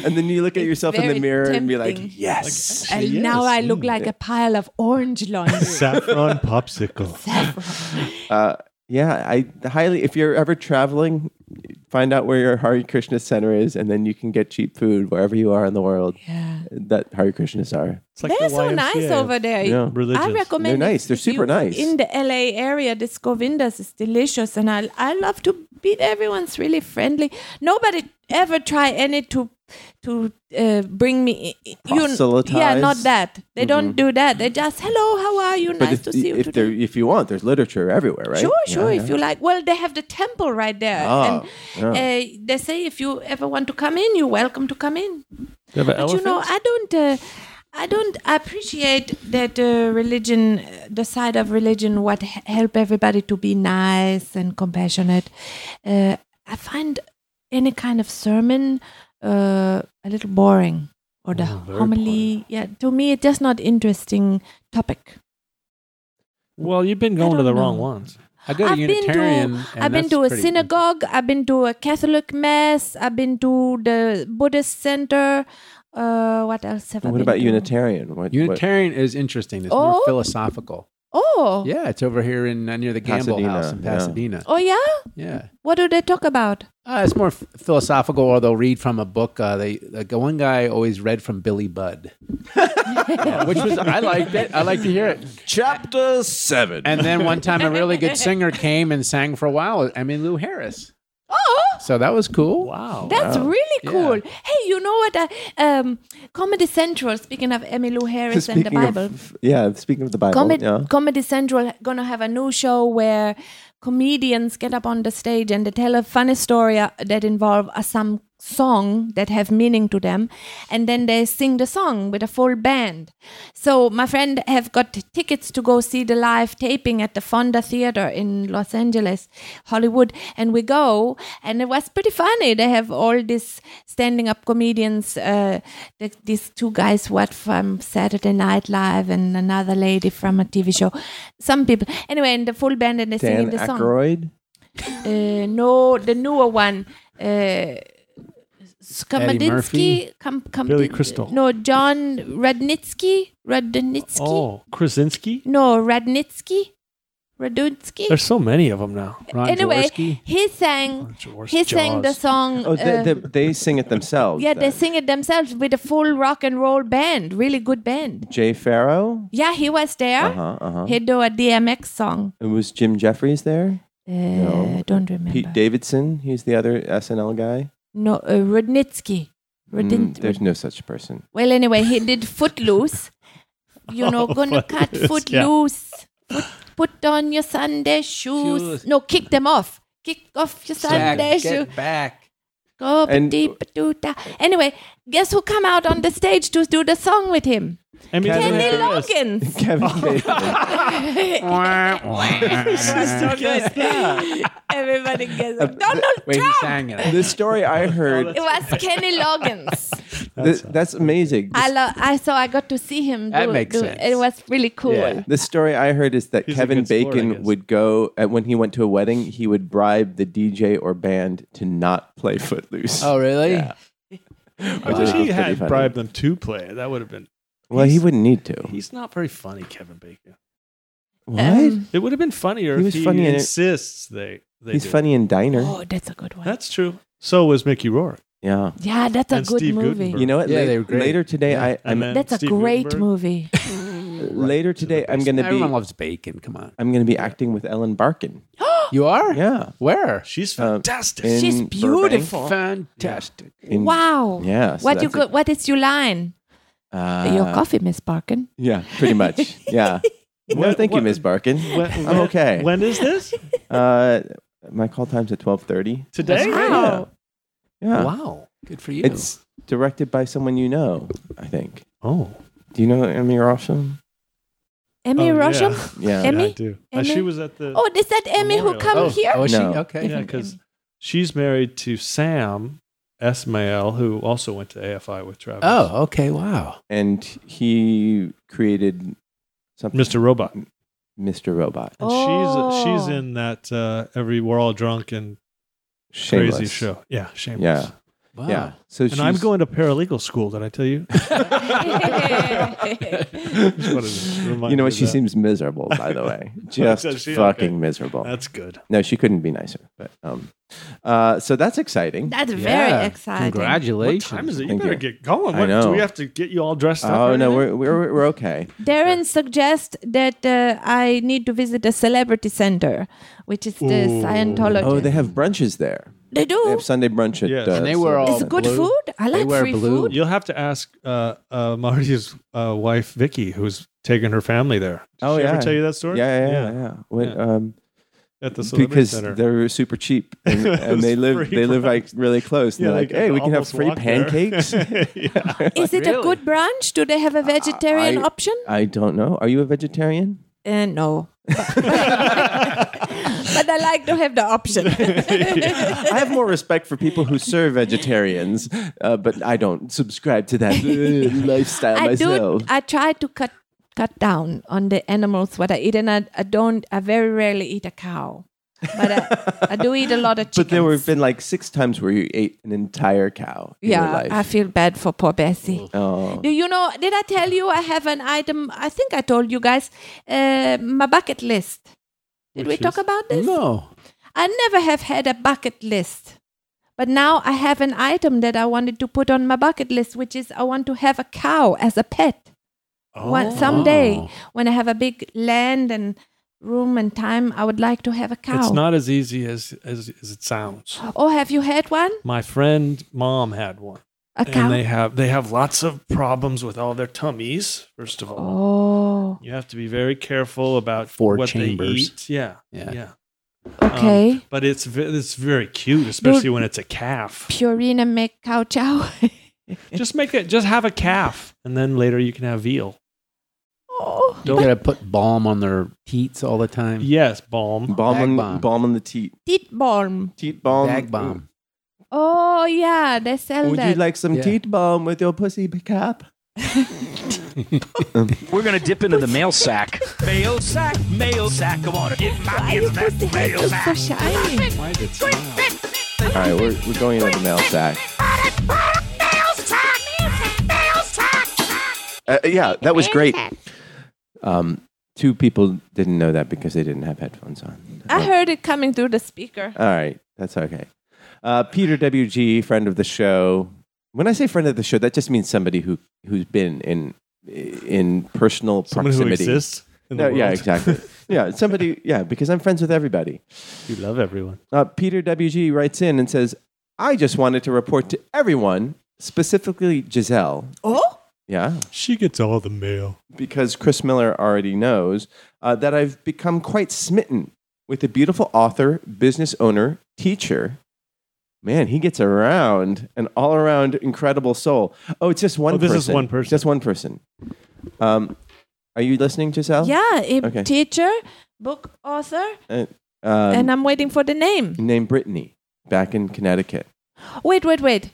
C: and then you look at
D: It's
C: yourself in the
D: very
C: mirror and be like,
D: tempting.
C: yes.
E: Yes,
D: now I look
E: mm.
D: like a pile of orange laundry.
E: Saffron popsicle.
C: Uh, yeah, I highly. If you're ever traveling, find out where your Hari Krishna center is, and then you can get cheap food wherever you are in the world.
D: yeah.
C: That Hari Krishnas are.
E: It's like
D: They're
E: the
D: so
E: YMCA
D: nice
E: of
D: over there.
C: Yeah.
E: Religious.
D: I recommend.
C: They're
D: it
C: nice. They're
D: if you-
C: super nice.
D: In the LA area, this Govindas is delicious, and I I love to beat. Everyone's really friendly. Nobody ever try any to to uh, bring me. You, yeah, not
C: Proselytize? Mm-hmm.
D: that. They don't do that. They just hello, how are you? nice
C: if,
D: to see you.
C: if, there,
D: today.
C: if you want, there's literature everywhere, right?
D: Sure, sure.
C: Yeah,
D: If
C: yeah.
D: you like, well, they have the temple right there,
C: Ah,
D: and
C: yeah.
D: uh, they say if you ever want to come in, you're welcome to come in.
E: They have an
D: But you know,
E: elephant?
D: I don't, uh, I don't appreciate that uh, religion, uh, the side of religion, what h- help everybody to be nice and compassionate. Uh, I find any kind of sermon uh, a little boring, or the
E: Oh, very
D: homily. Yeah, to me, it's just not interesting topic.
E: well, you've been going to
D: don't
E: the wrong
D: know.
E: ones.
G: I go to
D: I've been to-
G: Unitarian. and
D: I've been
G: that's
D: to a
G: pretty-
D: synagogue. I've been to a Catholic mass. I've been to the Buddhist center. Uh, what else have I
C: What
D: been
C: about
D: to?
C: Unitarian? What, what-
G: Unitarian is interesting. It's more
D: Oh.
G: philosophical.
D: Oh,
G: Yeah, it's over here in uh, near the Gamble
C: Pasadena,
G: House in
C: yeah.
G: Pasadena.
D: oh yeah.
G: Yeah.
D: What do they talk about?
G: Uh, it's more f- philosophical, or they'll read from a book. Uh, they like, one guy always read from Billy Budd, Yeah, which was I liked it. I like to hear it.
A: Chapter 7.
G: And then one time, a really good singer came and sang for a while. I mean, Lou Harris.
D: Oh,
G: So that was cool.
E: Wow.
D: that's really
G: Yeah.
D: cool. Hey, you know what? I, um, Comedy Central. Speaking of Emmylou Harris and the Bible,
C: Of, yeah, speaking of the Bible,
D: Comed-
C: yeah.
D: Comedy Central gonna have a new show where comedians get up on the stage and they tell a funny story uh, that involve uh, some song that have meaning to them and then they sing the song with a full band so my friend have got tickets to go see the live taping at the fonda theater in los angeles hollywood and we go and it was pretty funny they have all these standing up comedians uh, the, these two guys what from saturday night live and another lady from a tv show some people anyway and the full band and they
C: Dan
D: singing the song Mm,
C: Aykroyd.
D: uh, no, the newer one. Uh, Skamadinsky,
G: Murphy?
D: Kam, Kam,
E: Billy Crystal.
D: No, John Radnitsky, Radnitsky.
E: Oh, Krasinski.
D: No, Radnitsky, Radunsky.
E: There's so many of them now.
G: Ron
D: anyway,
G: Jaworski?
D: he sang. He sang the song.
C: Oh,
D: uh,
C: they, they, they sing it themselves.
D: yeah, they
C: then.
D: sing it themselves with a full rock and roll band. Really good band.
C: Jay Farrow.
D: Yeah, he was there.
C: Uh huh. Uh huh.
D: He do a DMX song.
C: It was Jim Jeffries there.
D: Uh, Don't remember.
C: Pete Davidson. He's the other SNL guy.
D: no, uh, Rudnitsky.
C: Mm,
D: Rudin-
C: there's no such person.
D: Well, anyway, he did Footloose. You know,
E: Oh,
D: gonna cut
E: Footloose, yeah.
D: Footloose. Put, put on your Sunday shoes.
G: Shoes.
D: No, kick them off. Kick off your
G: Jack,
D: Sunday shoes.
G: get back.
D: Go
C: And-
D: deep do da. Anyway, guess who come out on the stage to do the song with him?
E: Emmy
C: Kevin
D: Kenny
C: Harris.
D: Loggins.
C: Kevin Bacon.
D: Everybody guess. Donald
G: Wait, he
D: Trump.
G: sang it.
C: the story I heard.
D: It was Kenny Loggins.
C: That's, that's amazing.
D: I, lo- I so I got to see him.
G: That
D: do-
G: makes
D: do-
G: sense.
D: It was really cool.
C: Yeah. The story I heard is that
E: He's a
C: Kevin
E: good sport, I
C: Bacon
E: guess.
C: would go at, when he went to a wedding. He would bribe the DJ or band to not play Footloose.
G: Oh, really?
C: Yeah.
E: I wish
C: Wow.
E: he had
C: Pretty funny.
E: bribed them to play. it. That would have been.
C: well, he
E: he's-
C: wouldn't need to.
E: He's not very funny, Kevin Bacon.
C: What?
D: Um,
E: It would have been funnier
C: He
E: if
C: was
E: he
C: funny in it.
E: insists they. they
C: He's
E: do.
C: funny in Diner.
D: oh, that's a good one.
E: That's true. So was Mickey Rourke.
C: Yeah.
D: Yeah, that's a
E: And
D: good
E: Steve
D: movie.
E: Gutenberg.
C: You know what?
G: Yeah,
C: Late-
G: they were great.
C: Later today,
G: Yeah.
C: I, I'm
E: And
D: That's a
E: Steve
D: great
E: Gutenberg.
D: movie.
C: later today. I'm gonna be.
G: Everyone loves bacon. Come on.
C: I'm gonna be acting with Ellen Barkin.
G: You are?
C: Yeah.
G: Where?
E: She's
C: Uh,
E: fantastic.
C: in
D: She's
C: Burbank.
D: beautiful.
G: Fantastic.
C: In-
D: Wow.
C: Yeah, so
D: what you
C: that's a-
D: go, what is your line?
C: Uh,
D: your coffee, Miss Barkin.
C: Yeah, pretty much. Yeah. No,
E: What-
C: thank you,
E: what-
C: Miss Barkin.
E: When-
C: I'm
E: when-
C: okay.
E: When is this?
C: Uh, my call time's at twelve thirty.
E: Today?
D: Wow.
C: Yeah.
G: Wow. Good for you.
C: It's directed by someone you know, I think.
E: Oh.
C: Do you know Emmy Rossum?
D: Emmy
E: Oh, yeah.
D: Rossum?
C: Yeah.
E: Yeah, I
D: Emmy?
E: do. Uh,
D: Emmy?
E: she was at the.
D: Oh, is that Emmy who
E: Memorial.
D: come
G: oh,
D: here?
G: Oh, is
C: No.
G: she? Okay.
E: yeah,
D: different
E: because
D: Emmy.
E: she's married to Sam Esmail, who also went to AFI with Travis.
G: Oh, okay. Wow.
C: And he created something.
E: Mr. Robot. And
C: Mr. Robot.
E: she's she's
D: Oh.
E: in that uh, every we're all drunk and
C: Shameless.
E: crazy show. Yeah, shameless.
C: Yeah.
G: Wow.
C: Yeah. So
E: And I'm going to paralegal school. Did I tell you? Just wanted to remind
C: You know what?
E: of
C: She
E: that.
C: seems miserable, by the way. Just
E: Does she?
C: fucking
E: Okay.
C: miserable.
E: That's good.
C: no, she couldn't be nicer. But um, uh, so that's exciting.
D: That's
G: Yeah.
D: very exciting.
E: What
G: Congratulations.
E: time is it? You
C: Thank
E: better
C: you.
E: get going.
C: I
E: What, Do
C: know.
E: we have to get you all dressed up?
C: oh
E: or
C: no,
E: anything?
C: we're, we're we're okay.
D: Darren suggests that uh, I need to visit the Celebrity Center, which is the
E: Ooh.
D: Scientology.
C: Oh, they have brunches there.
D: They do?
C: They have Sunday brunch at.
E: Yes.
C: Uh,
E: And
G: they were all-
D: it's
C: Celebrity
D: good
G: Oh, blue.
D: food. I
G: They
D: like
G: wear
D: free
G: blue.
D: food.
E: You'll have to ask uh, uh, Marty's uh, wife, Vicky, who's taking her family there. Did
C: Oh,
E: she
C: yeah.
E: ever tell you that
C: Center.
E: story?
C: Yeah, yeah, yeah. yeah. Wait,
E: Yeah.
C: Um,
E: At the celebrity
C: because
E: center.
C: they're super cheap and,
E: It
C: and
E: was
C: they live
E: free
C: they live like
E: brunch.
C: really close. And they're like,
E: they
C: hey, we
E: could
C: can have
E: almost
C: free
E: walk there."
C: pancakes.
E: yeah.
D: Is it a
G: Really?
D: good brunch? Do they have a vegetarian
C: I-
D: option?
C: I don't know. Are you a vegetarian?
D: Uh, no. but I like to have the option.
C: I have more respect for people who serve vegetarians, uh, but I don't subscribe to that uh, lifestyle
D: I
C: myself.
D: do. I try to cut cut down on the animals what I eat, and I, I don't. I very rarely eat a cow, but I, I do eat a lot of chickens.
C: But there have been like six times where you ate an entire cow in your
D: yeah,
C: life.
D: I feel bad for poor Bessie.
C: oh.
D: Do you know? Did I tell you I have an item? I think I told you guys uh, my bucket list. Did we
E: Which
D: talk
E: is-
D: about this?
G: No.
D: I never have had a bucket list. But now I have an item that I wanted to put on my bucket list, which is I want to have a cow as a pet.
E: Oh.
D: One, someday, when I have a big land and room and time, I would like to have a cow.
E: It's not as easy as, as as it sounds.
D: oh, have you had one?
E: My friend mom had one.
D: A cow?
E: And they have they have lots of problems with all their tummies, first of all.
D: oh.
E: You have to be very careful about
G: Four
E: what
G: chambers.
E: they eat. Yeah.
G: Yeah.
E: Yeah.
D: Okay.
E: but it's ve- it's very cute, especially when it's a calf.
D: Purina make cow chow.
E: Just make it. Just have a calf, and then later you can have veal.
D: oh,
G: You gotta put balm on their teats all the time.
E: Yes, balm.
C: Balm
G: Bag
C: on,
G: bomb.
C: balm on the teat.
D: teat balm.
C: Teat balm.
G: Dag bomb.
D: Oh yeah, they sell
C: Would
D: that.
C: you like some
G: Yeah.
C: teat balm with your pussy cap?
H: We're gonna dip into the mail sack. mail sack, mail sack. Come on, get my
D: Why
H: get
D: is
H: that
D: the head
H: mail
D: look so
H: sack.
D: shiny?
C: All right, we're, we're going into the mail sack. Uh, yeah, that was great. Um, two people didn't know that because they didn't have headphones on.
D: I heard it coming through the speaker.
C: All right, that's okay. Uh, Peter WG, friend of the show. When I say friend of the show, that just means somebody who who's been in in personal
E: Someone who
C: proximity.
E: exists. In the
C: No, yeah,
E: world.
C: exactly. yeah, somebody. Yeah, because I'm friends with everybody.
E: You love everyone.
C: Uh, Peter WG writes in and says, "I just wanted to report to everyone, specifically Giselle.
D: Oh,
C: Yeah,
E: She gets all the mail.
C: because Chris Miller already knows, uh, that I've become quite smitten with the beautiful author, business owner, teacher. Man, he gets around an all around incredible soul. Oh, it's just one
E: Oh, this
C: person.
E: is one person.
C: Just one person. Um, are you listening, Giselle?
D: yeah, a
C: Oh. Okay.
D: teacher, book author,
C: Um,
D: and I'm waiting for the name.
C: named Brittany back in Connecticut.
D: Wait, wait, wait.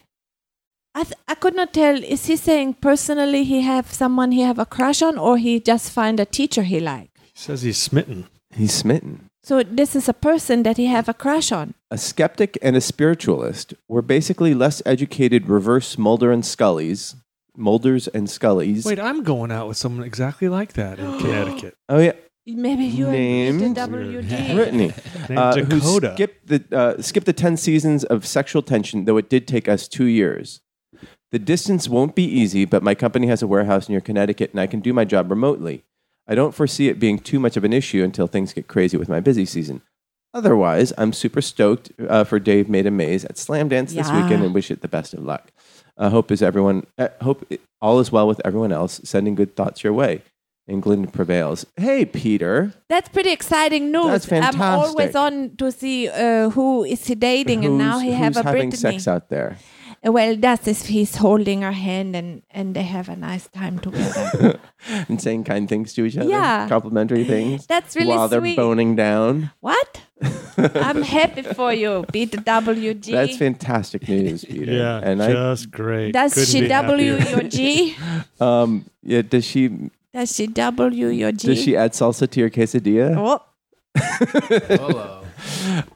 D: I th- I could not tell. Is he saying personally he have someone he have a crush on, or he just find a teacher he like?
E: He says he's smitten.
C: He's smitten.
D: So this is a person that he have a crush on.
C: A skeptic and a spiritualist were basically less educated reverse Mulder and Scullies. Mulders and Scullies.
E: Wait, I'm going out with someone exactly like that in Connecticut.
C: Oh, yeah.
D: Maybe you
C: Named
D: and Mr. WD.
C: Brittany. Uh,
E: Named
C: who
E: Dakota.
C: skipped the uh, skipped the ten seasons of sexual tension, though it did take us two years. The distance won't be easy, but my company has a warehouse near Connecticut, and I can do my job remotely. I don't foresee it being too much of an issue until things get crazy with my busy season. Otherwise, I'm super stoked uh, for Dave Made a Maze at Slam Dance this
D: Yeah.
C: weekend, and wish it the best of luck. Uh, hope is everyone. Uh, hope it, all is well with everyone else. Sending good thoughts your way. England prevails. Hey, Peter.
D: That's pretty exciting news.
C: That's
D: I'm always
C: fantastic.
D: on to see uh, who is he dating, and now
C: Who's-
D: he have
C: who's
D: a
C: having
D: Brittany.
C: sex out there.
D: Uh, Well, that's if he's holding her hand and and they have a nice time together.
C: and saying kind things to each other.
D: Yeah.
C: Complimentary things.
D: That's really
C: While they're
D: sweet.
C: boning down.
D: what? I'm happy for you, Peter WD.
C: That's fantastic news, Peter.
E: Yeah,
C: And I,
E: just great.
D: Does
E: Couldn't
D: she
E: be
D: W
E: happier.
D: your G?
C: um, yeah, does she
D: Does she W your G?
C: does she add salsa to your quesadilla?
D: Oh,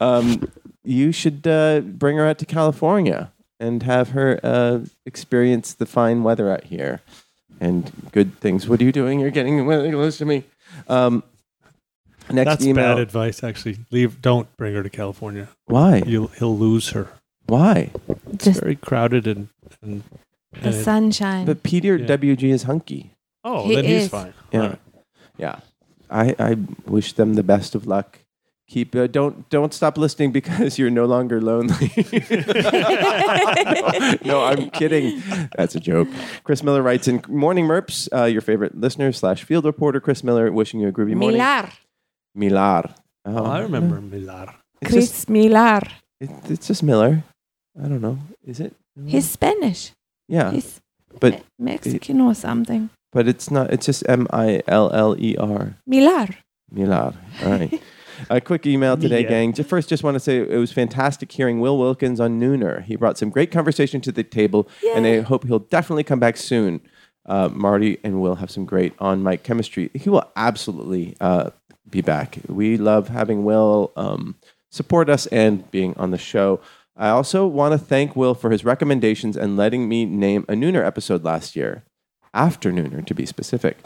C: Um, you should uh, bring her out to California and have her uh, experience the fine weather out here and good things. What are you doing? You're getting really close to me. Um, next
E: That's
C: email.
E: bad advice. Actually, leave. Don't bring her to California.
C: Why?
E: You'll he'll lose her.
C: Why?
D: just
E: Very crowded and and,
D: the
E: and it-
D: sunshine.
C: But Peter
E: Yeah.
C: WG is hunky.
E: oh,
D: He
E: then
D: is.
E: he's fine.
C: Yeah.
E: All right.
C: Yeah. I, I wish them the best of luck. Keep uh, don't don't stop listening because you're no longer lonely. no, I'm kidding. That's a joke. Chris Miller writes in Morning Merps, uh, your favorite listener slash field reporter, Chris Miller, wishing you a groovy morning.
D: Milar.
C: Milar. Oh,
E: Well, I remember Milar.
C: It's
D: Chris
C: just,
D: Milar.
C: it, it's just Miller. I don't know. Is it?
D: He's Spanish.
C: yeah,
D: He's
C: but
D: Mexican or something.
C: but it's not. It's just M I L L E R.
D: Milar.
C: Milad. All right. A quick email today,
E: Yeah.
C: gang. Ju- First, just want to say it was fantastic hearing Will Wilkins on Nooner. He brought some great conversation to the table, and I hope he'll definitely come back soon. Uh, Marty and Will have some great on mic chemistry. He will absolutely uh, be back. We love having Will um, support us and being on the show. I also want to thank Will for his recommendations and letting me name a Nooner episode last year afternooner to be specific.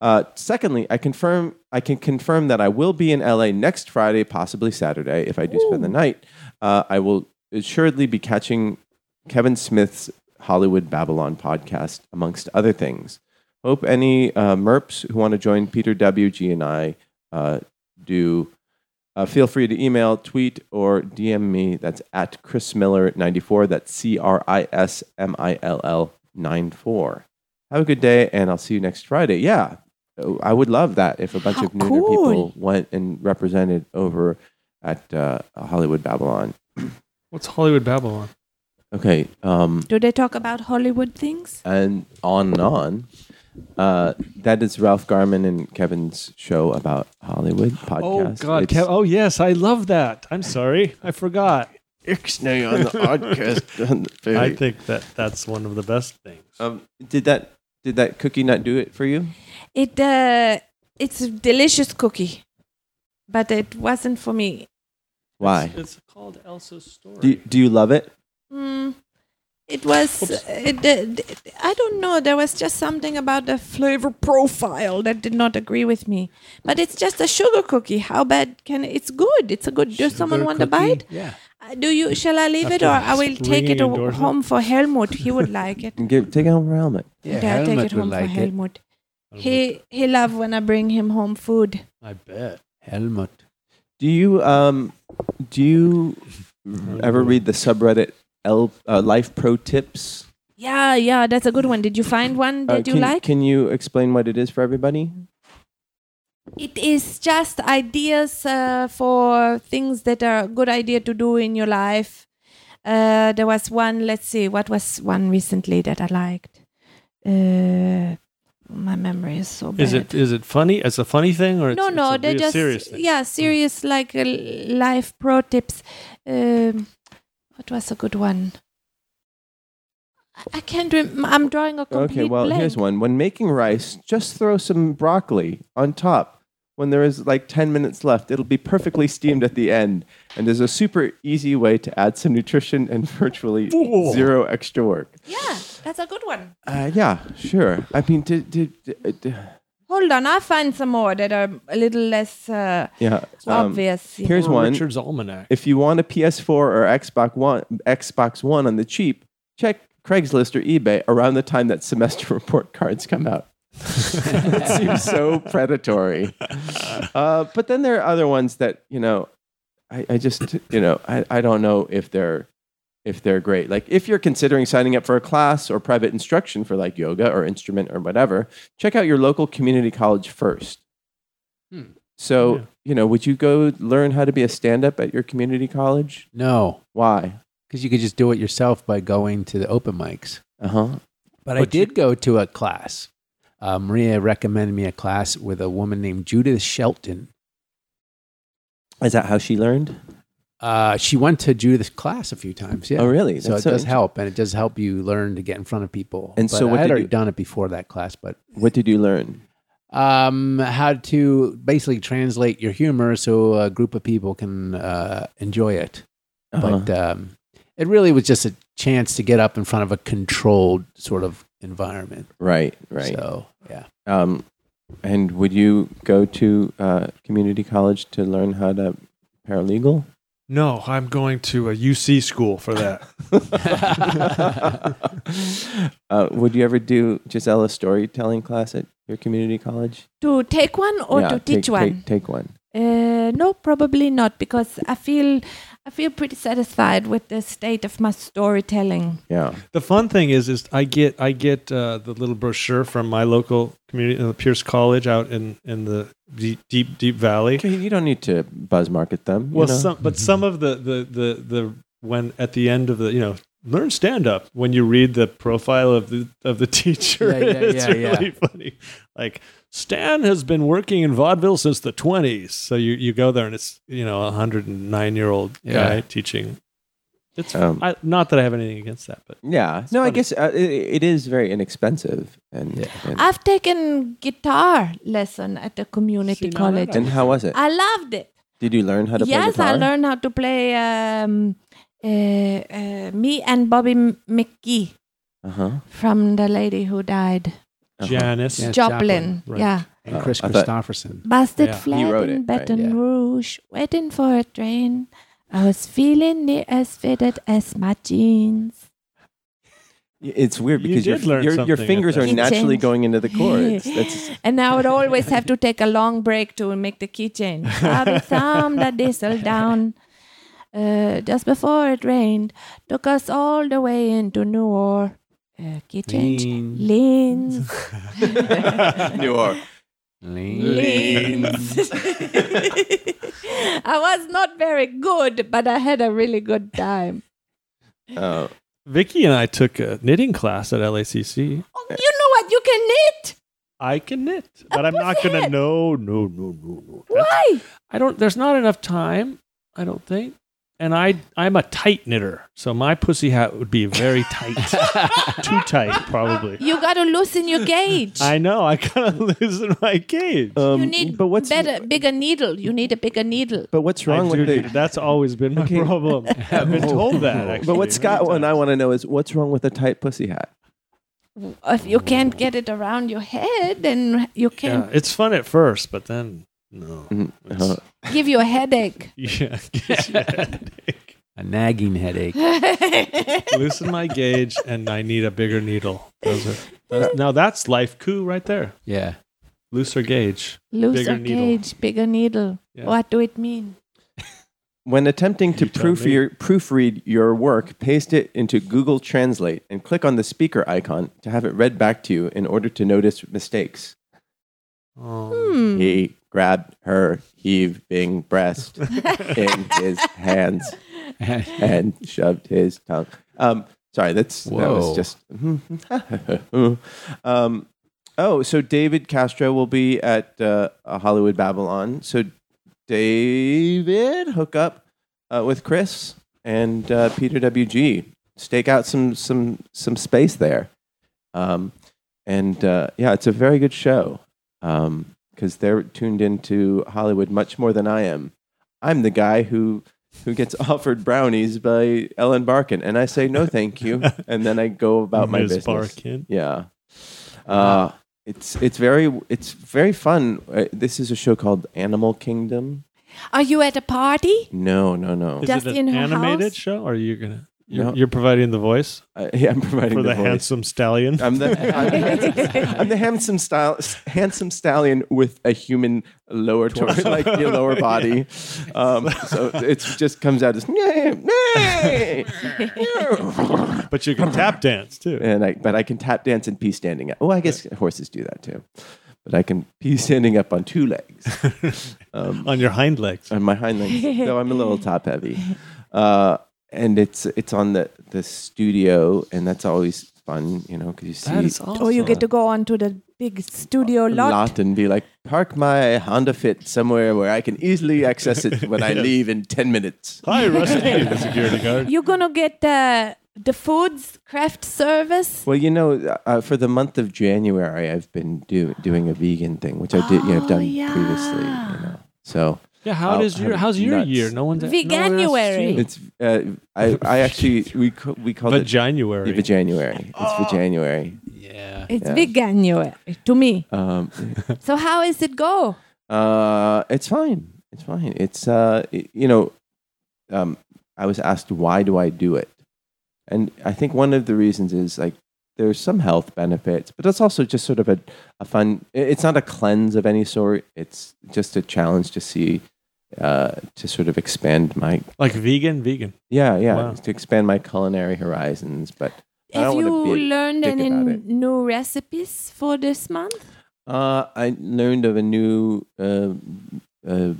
C: Uh, secondly, I confirm I can confirm that I will be in LA next Friday, possibly Saturday, if I do spend the night. Uh, I will assuredly be catching Kevin Smith's Hollywood Babylon podcast, amongst other things. Hope any uh, merps who want to join Peter W. G. and I uh, do. Uh, feel free to email, tweet, or DM me. That's at Chris Miller 94. That's C R I S M I L L 94. Have a good day, and I'll see you next Friday. Yeah, Oh, I would love that if a bunch
D: How
C: of Nooner
D: cool.
C: people went and represented over at uh, Hollywood Babylon.
E: What's Hollywood Babylon?
C: Okay, um,
D: Do they talk about Hollywood things?
C: and on and on. Uh, that is Ralph Garman and Kevin's show about Hollywood
E: Oh
C: podcast.
E: God!
C: It's-
E: Kev- oh yes, I love that. I'm sorry, I forgot.
C: Ixnay on the podcast.
E: Oh. I think that that's one of the best things.
C: um, did that did that cookie not do it for you?
D: It uh, it's a delicious cookie, but it wasn't for me.
C: Why?
E: It's called Elsa's story.
C: Do, do you love it?
D: Mm, it was. uh, It, it, I don't know. There was just something about the flavor profile that did not agree with me. But it's just a sugar cookie. How bad can it's good? It's a good. Does someone want to buy it?
E: Yeah.
D: Uh, Do you? Shall I leave it,
E: After
D: or I will take it
E: ringing
D: o-
E: endorsement?
D: home for Helmut? He would like it.
C: Give, take it home for helmet.
G: Yeah,
D: I'll take
G: Helmut
D: it
G: would
D: home
G: like
D: for
G: it.
D: Helmut. He he love when I bring him home food.
E: I bet.
G: Helmut.
C: Do you um do you ever read the subreddit L, uh, Life Pro Tips?
D: Yeah, yeah, that's a good one. Did you find one
C: Uh,
D: that you
C: can-
D: like?
C: Can you explain what it is for everybody?
D: It is just ideas uh, for things that are a good idea to do in your life. Uh, there was one, let's see, what was one recently that I liked? Uh, my memory is so bad.
E: Is it is it funny? It's a funny thing or it's,
D: no,
E: it's
D: no,
E: a
D: they
E: real
D: just
E: serious thing? Mm.
D: yeah, serious like uh, life pro tips. Um, what was a good one? I- I can't. Rem- I'm drawing a complete
C: okay, well
D: blank.
C: here's one. When making rice, just throw some broccoli on top. When there is like ten minutes left, it'll be perfectly steamed at the end. And there's a super easy way to add some nutrition and virtually zero extra work.
D: Yeah, that's a good one.
C: Uh, yeah, sure. I mean, did, did, did, uh,
D: Hold on, I'll find some more that are a little less uh,
C: yeah. um,
D: obvious. yeah.
C: here's
E: Or
C: one.
E: Richard's almanac.
C: If you want a PS4 or Xbox One, Xbox One on the cheap, check Craigslist or eBay around the time that semester report cards come out. it seems so predatory. Uh, but then there are other ones that you know, I, I just you know I, I don't know if they're if they're great. Like if you're considering signing up for a class or private instruction for like yoga or instrument or whatever, check out your local community college first. So
E: Yeah.
C: you know, would you go learn how to be a stand-up at your community college?
G: No,
C: Why?
G: because you could just do it yourself by going to the open mics.
C: Uh huh.
G: But, I did go to a class. Uh, Maria recommended me a class with a woman named Judith Shelton.
C: Is that how she learned?
G: Uh, she went to Judith's class a few times. Yeah.
C: Oh, really?
G: So it
C: That's so
G: does
C: inter-
G: help, and it does help you learn to get in front of people.
C: And
G: But
C: so what
G: I had
C: did
G: already
C: you-
G: done it before that class, but
C: What did you learn?
G: um, how to basically translate your humor so a group of people can uh, enjoy it.
C: Uh-huh.
G: But um, it really was just a chance to get up in front of a controlled sort of environment.
C: right, right.
G: So yeah,
C: Um, and would you go to uh, community college to learn how to paralegal?
E: No, I'm going to a UC school for that.
C: uh, would you ever do Gisella's storytelling class at your community college?
D: to take one or
C: Yeah,
D: to
C: take-
D: teach one?
C: Take, take one.
D: Uh, no, probably not, because I feel I feel pretty satisfied with the state of my storytelling.
C: Yeah.
E: the fun thing is, is I get I get uh, the little brochure from my local community, uh, Pierce College, out in in the deep deep, deep valley.
C: Okay, you don't need to buzz market them. you
E: Well,
C: know?
E: some,
G: Mm-hmm.
E: but some of the, the the the when at the end of the you know learn stand up when you read the profile of the of the teacher,
G: Yeah, yeah,
E: it's
G: yeah, yeah.
E: really funny. Like Stan has been working in vaudeville since the twenties, so you you go there and it's you know a hundred and nine year old guy
G: Yeah.
E: teaching. It's
C: Um,
E: I, not that I have anything against that, but
C: yeah. No, I
E: funny.
C: guess uh, it, it is very inexpensive. And, and,
D: I've taken guitar lesson at the community
E: See, now that
D: college.
C: and how was it?
D: I loved it.
C: Did you learn how to play
D: yes,
C: guitar?
D: I learned how to play. Um, uh, uh, me and Bobby M- McGee
C: Uh-huh.
D: from the lady who died,
C: uh-huh.
E: Janice.
G: Yeah. Janis
D: Joplin.
G: Joplin,
E: right.
D: Yeah.
G: and
C: Uh,
G: Chris
C: I thought-
G: Christopherson.
D: Busted
E: Yeah.
D: flat
C: You wrote
D: in
C: it, right,
D: Baton
G: yeah.
D: Rouge, waiting for a train. I was feeling near as fitted as my jeans.
C: Y- It's weird
E: You
C: because your,
E: did learn
C: your, your
E: something at
C: fingers
E: that.
C: are
D: It
C: naturally
D: changed.
C: going into the chords. That's
D: And I would always have to take a long break to make the keychain. Bobby thumbed the diesel down uh, just before it rained. Took us all the way into New Orleans. Uh, key change. Leans.
C: New Orleans.
D: I was not very good, but I had a really good time.
C: Oh,
E: Vicky and I took a knitting class at LACC.
D: Oh, you know what? You can knit.
E: I can knit, but I'm not gonna. No, no, no, no, no. That's-
D: Why?
E: I don't. There's not enough time. I don't think. And I, I'm a tight knitter, so my pussy hat would be very tight, too tight, probably.
D: You got to loosen your gauge.
E: I know. I gotta loosen my cage.
C: um,
D: you need
C: but what's
D: better, bigger needle. You need a bigger needle.
C: But what's
E: I
C: wrong
E: do
C: with the,
E: do- That's always been my
C: Okay. Oh,
E: problem. I've been told that. Actually,
C: But what Scott
E: many
C: and I
E: times.
C: want to know is what's wrong with a tight pussy hat?
D: If you can't get it around your head, then you
E: Yeah,
D: can
E: it's fun at first, but then no. It's-
C: Uh,
D: give you a headache.
E: Yeah, gives you a headache.
G: A nagging headache.
E: loosen my gauge, and I need a bigger needle. Those are, those- now that's life coup right there.
G: Yeah.
E: Looser gauge.
D: Looser
E: Bigger needle.
D: gauge, bigger needle.
E: Yeah.
D: What do it mean?
C: When attempting to
E: You tell me.
C: proof your, proofread your work, paste it into Google Translate and click on the speaker icon to have it read back to you in order to notice mistakes.
E: Oh.
D: Hmm.
C: He grabbed her heaving breast in his hands and shoved his tongue. Um, sorry, that's that was
G: Whoa.
C: just. um, oh, so David Castro will be at uh, Hollywood Babylon. So David, hook up uh, with Chris and uh, Peter WG. Stake out some some some space there. Um, and uh, yeah, it's a very good show because they're tuned into Hollywood much more than I am. I'm the guy who who gets offered brownies by Ellen Barkin, and I say no, thank you, and then I go about my
E: Ms.
C: business.
E: Barkin.
C: Yeah, uh, it's it's very it's very fun. Uh, this is a show called Animal Kingdom.
D: Are you at a party?
C: No, no, no.
E: Is
D: Just
E: it
D: in
E: an
D: her
E: animated
D: house?
E: show? Or are you gonna? You're,
C: No.
E: you're providing the voice
C: Uh, yeah, I'm providing
E: for the,
C: the, voice.
E: handsome stallion.
C: I'm the I'm, I'm the handsome style handsome stallion with a human lower torso, like your lower body. Um, so it just comes out as "Nyeh, nyeh."
E: but you can tap dance too.
C: and I but I can tap dance and pee standing up. Well, I guess horses do that too, but I can pee standing up on two legs
E: on your hind legs.
C: on my hind legs. though I'm a little top heavy, uh, and it's it's on the the studio, and that's always fun, you know, because you see
E: Oh,
D: Or Oh, you get to go on to the big studio lot.
C: and be like, park my Honda Fit somewhere where I can easily access it when I leave in 10 minutes.
E: Hi, Rusty, the security guard.
D: You're going to get the, the foods, craft service.
C: Well, you know, uh, for the month of January, I've been do- doing a vegan thing, which I did, you know, I've
D: Oh,
C: done
D: yeah.
C: previously. You know, so
E: Yeah, how
C: I'll
E: does your
C: have
E: how's your
C: nuts.
E: year? No one's no one asked
D: Veganuary.
E: you.
C: it's uh, I, I actually we ca- we called it
E: Vaginuary.
C: January.
D: Oh.
C: It's January.
G: Yeah.
D: It's
C: Yeah.
D: Veganuary to me.
C: Um,
D: So how is it go?
C: Uh, it's fine. It's fine. It's uh, i- you know, um, I was asked why do I do it, and I think one of the reasons is like there's some health benefits, but it's also just sort of a a fun. i- It's not a cleanse of any sort. It's just a challenge to see, uh, to sort of expand my
E: Like vegan, vegan.
C: yeah yeah
E: Wow.
C: to expand my culinary horizons. But I
D: Have
C: don't wanna
D: you
C: be a
D: learned
C: dick
D: any
C: about it.
D: new recipes for this month?
C: Uh, I learned of a new uh, uh,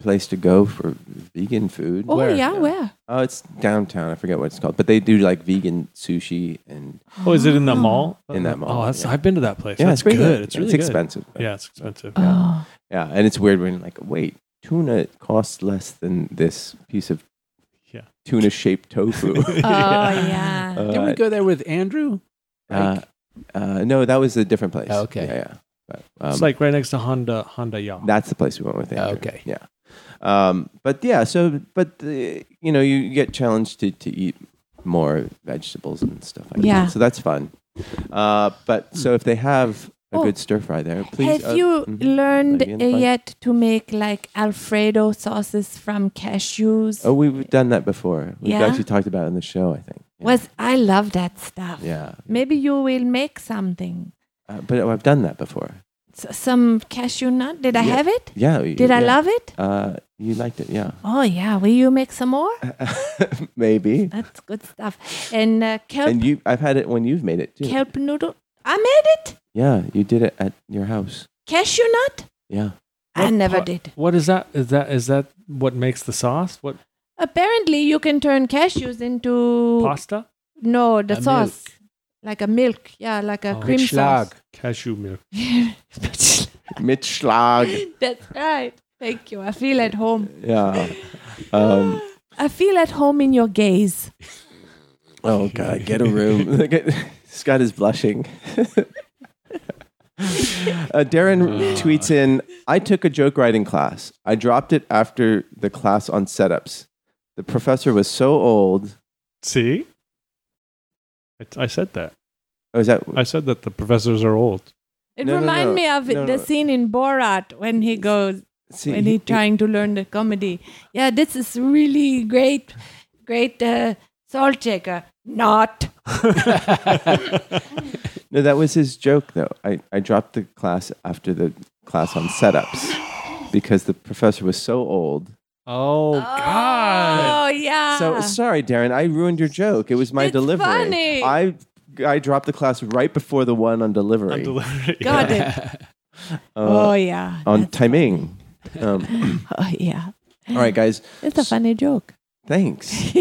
C: place to go for vegan food.
D: Oh yeah, where?
C: Oh, it's downtown. I forget what it's called, but they do like vegan sushi and
E: Oh, is it in the mall?
C: In that mall,
E: Oh, that's,
C: yeah.
E: I've been to that place.
C: yeah,
E: that's
C: it's pretty
E: good. It's really good.
C: expensive. but-
E: Yeah, it's expensive.
D: Oh.
C: yeah, and it's weird when you're like, wait, tuna costs less than this piece of
E: Yeah.
C: tuna shaped tofu.
D: Oh yeah.
C: Uh,
G: Didn't we go there with Andrew?
C: uh, uh, no, that was a different place.
G: Oh, okay.
C: yeah, yeah. But,
E: it's
C: um,
E: like right next to Honda Honda Yao.
C: That's the place we went with Andrew.
G: Okay.
C: Yeah. Um, but yeah, so but uh, you know you get challenged to, to eat more vegetables and stuff like
D: Yeah.
C: that. So that's fun. Uh, but so if they have a
D: Oh.
C: good stir fry there, please.
D: Have
C: uh,
D: you
C: mhm,
D: learned
C: that'd be
D: uh,
C: fun.
D: yet to make like Alfredo sauces from cashews?
C: Oh, we've done that before. We've
D: Yeah?
C: actually talked about it on the show, I think. Yeah.
D: Was I love that stuff.
C: yeah,
D: Maybe you will make something.
C: uh, but I've done that before.
D: S- some cashew nut. Did I
C: Yeah.
D: have it?
C: Yeah.
D: Did I love it?
C: Uh, you liked it, yeah.
D: Oh yeah. Will you make some more?
C: Maybe.
D: That's good stuff. And uh, kelp
C: And you, I've had it when you've made it too.
D: kelp noodle. I made it.
C: Yeah, you did it at your house.
D: cashew nut?
C: Yeah.
D: I
E: What
D: never
E: part-
D: did.
E: What is that? Is that is that what makes the sauce? What
D: Apparently, you can turn cashews into
E: pasta?
D: no the
G: A
D: sauce, like a milk. Yeah, like a
E: Oh.
D: cream sauce.
E: Cashew milk.
C: Mitschlag.
D: That's right. Thank you. I feel at home.
C: Yeah. Um,
D: I feel at home in your gaze.
C: oh God, get a room. Look at- Scott is blushing. Uh, Darren tweets in, I took a joke writing class. I dropped it after the class on setups. The professor was so old.
E: See, I, I said that.
C: Oh, is that?
E: I said that the professors are old.
D: It
C: No, no,
D: reminds
C: no.
D: me of
C: No,
D: the
C: no.
D: scene in Borat when he goes
C: see,
D: when he's trying to learn the comedy. Yeah, this is really great, great uh, salt shaker. Not.
C: No, that was his joke, though. I, I dropped the class after the class on setups because the professor was so old.
E: Oh, God!
D: Oh yeah.
C: So sorry, Darren, I ruined your joke. It was my
D: It's
C: delivery.
D: funny.
C: I I dropped the class right before the one on delivery
E: I'm delirious.
D: got it.
C: uh,
D: oh yeah.
C: on
D: That's-
C: timing. Um,
D: Oh yeah.
C: all right, guys.
D: It's a funny joke.
C: Thanks.